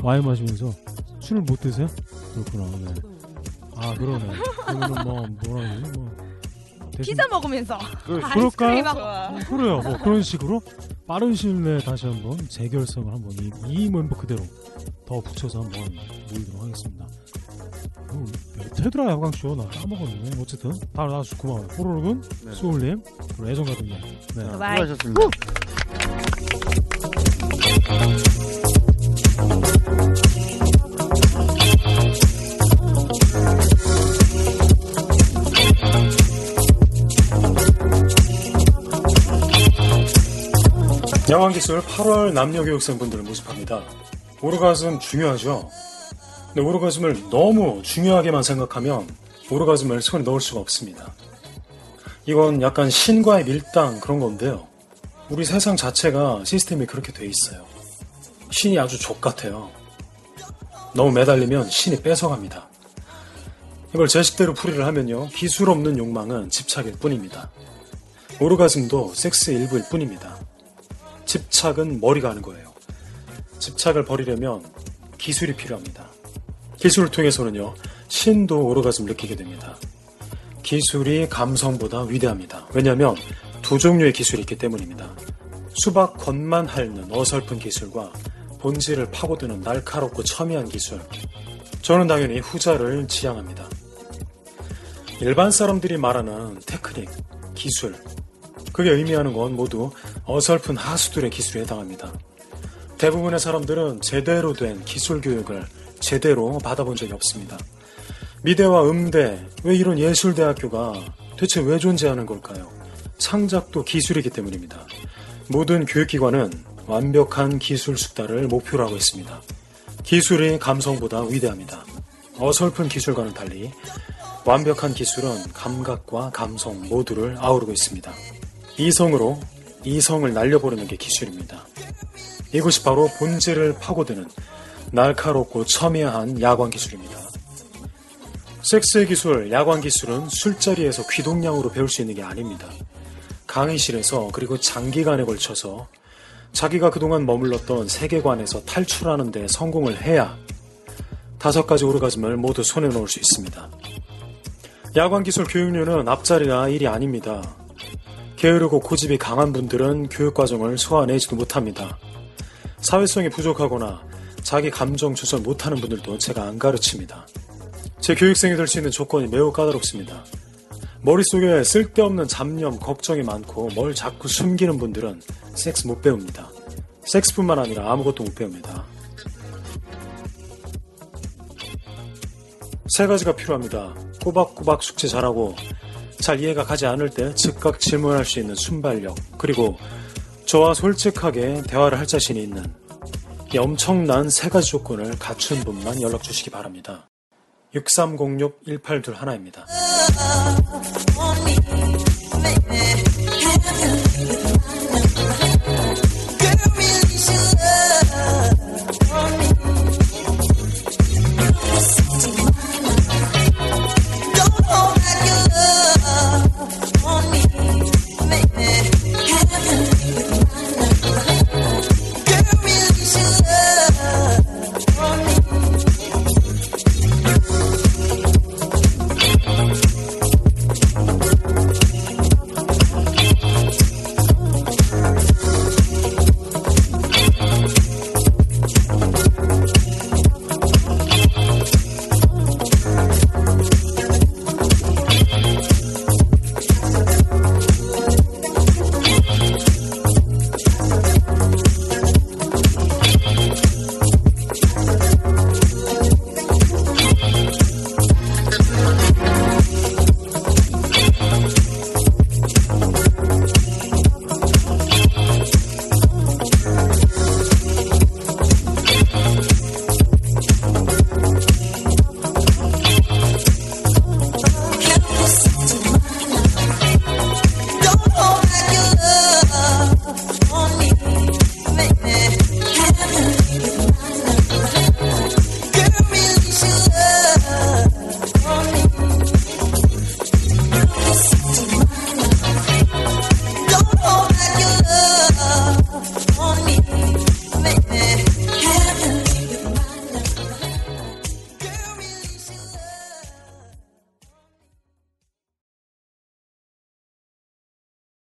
와인 마시면서 술을 못 드세요? 그렇구나. 네. 아 그러네. 그러면 뭐 뭐라 그러지? 뭐 대신- 피자 먹으면서 그럴까요? 하고 그래요. 뭐 그런 식으로 빠른 시일 내에 다시 한번 재결성을 한번 이, 이 멤버 그대로 더 붙여서 한번 모이도록 하겠습니다. 어, 몇 헤드라 야광쇼 나 까먹었네. 어쨌든 다 나와서 고마워요. 포로록은 네. 소울님 그리고 애정가든님. 네. 수고하셨습니다 야광기술 8월 남녀교육생분들을 모집합니다. 오르가즘 중요하죠? 근데 오르가즘을 너무 중요하게만 생각하면 오르가즘을 손에 넣을 수가 없습니다. 이건 약간 신과의 밀당 그런 건데요. 우리 세상 자체가 시스템이 그렇게 돼 있어요. 신이 아주 족같아요. 너무 매달리면 신이 뺏어갑니다. 이걸 제 식대로 풀이를 하면요. 기술 없는 욕망은 집착일 뿐입니다. 오르가즘도 섹스의 일부일 뿐입니다. 집착은 머리가 하는 거예요. 집착을 버리려면 기술이 필요합니다. 기술을 통해서는요, 신도 오르가즘을 느끼게 됩니다. 기술이 감성보다 위대합니다. 왜냐하면 두 종류의 기술이 있기 때문입니다. 수박 겉만 핥는 어설픈 기술과 본질을 파고드는 날카롭고 첨예한 기술. 저는 당연히 후자를 지향합니다. 일반 사람들이 말하는 테크닉, 기술, 그게 의미하는 건 모두 어설픈 하수들의 기술에 해당합니다. 대부분의 사람들은 제대로 된 기술 교육을 제대로 받아본 적이 없습니다. 미대와 음대, 왜 이런 예술대학교가 대체 왜 존재하는 걸까요? 창작도 기술이기 때문입니다. 모든 교육기관은 완벽한 기술 숙달을 목표로 하고 있습니다. 기술이 감성보다 위대합니다. 어설픈 기술과는 달리 완벽한 기술은 감각과 감성 모두를 아우르고 있습니다. 이성으로 이성을 날려버리는 게 기술입니다. 이것이 바로 본질을 파고드는 날카롭고 첨예한 야광 기술입니다. 섹스의 기술, 야광 기술은 술자리에서 귀동냥으로 배울 수 있는 게 아닙니다. 강의실에서 그리고 장기간에 걸쳐서 자기가 그동안 머물렀던 세계관에서 탈출하는 데 성공을 해야 다섯 가지 오르가즘을 모두 손에 넣을 수 있습니다. 야광 기술 교육료는 앞자리나 일이 아닙니다. 게으르고 고집이 강한 분들은 교육과정을 소화내지도 못합니다. 사회성이 부족하거나 자기 감정 조절 못하는 분들도 제가 안 가르칩니다. 제 교육생이 될 수 있는 조건이 매우 까다롭습니다. 머릿속에 쓸데없는 잡념, 걱정이 많고 뭘 자꾸 숨기는 분들은 섹스 못 배웁니다. 섹스뿐만 아니라 아무것도 못 배웁니다. 세 가지가 필요합니다. 꼬박꼬박 숙제 잘하고 잘 이해가 가지 않을 때 즉각 질문할 수 있는 순발력 그리고 저와 솔직하게 대화를 할 자신이 있는 이 엄청난 세 가지 조건을 갖춘 분만 연락 주시기 바랍니다. 6306-1821입니다. Only me.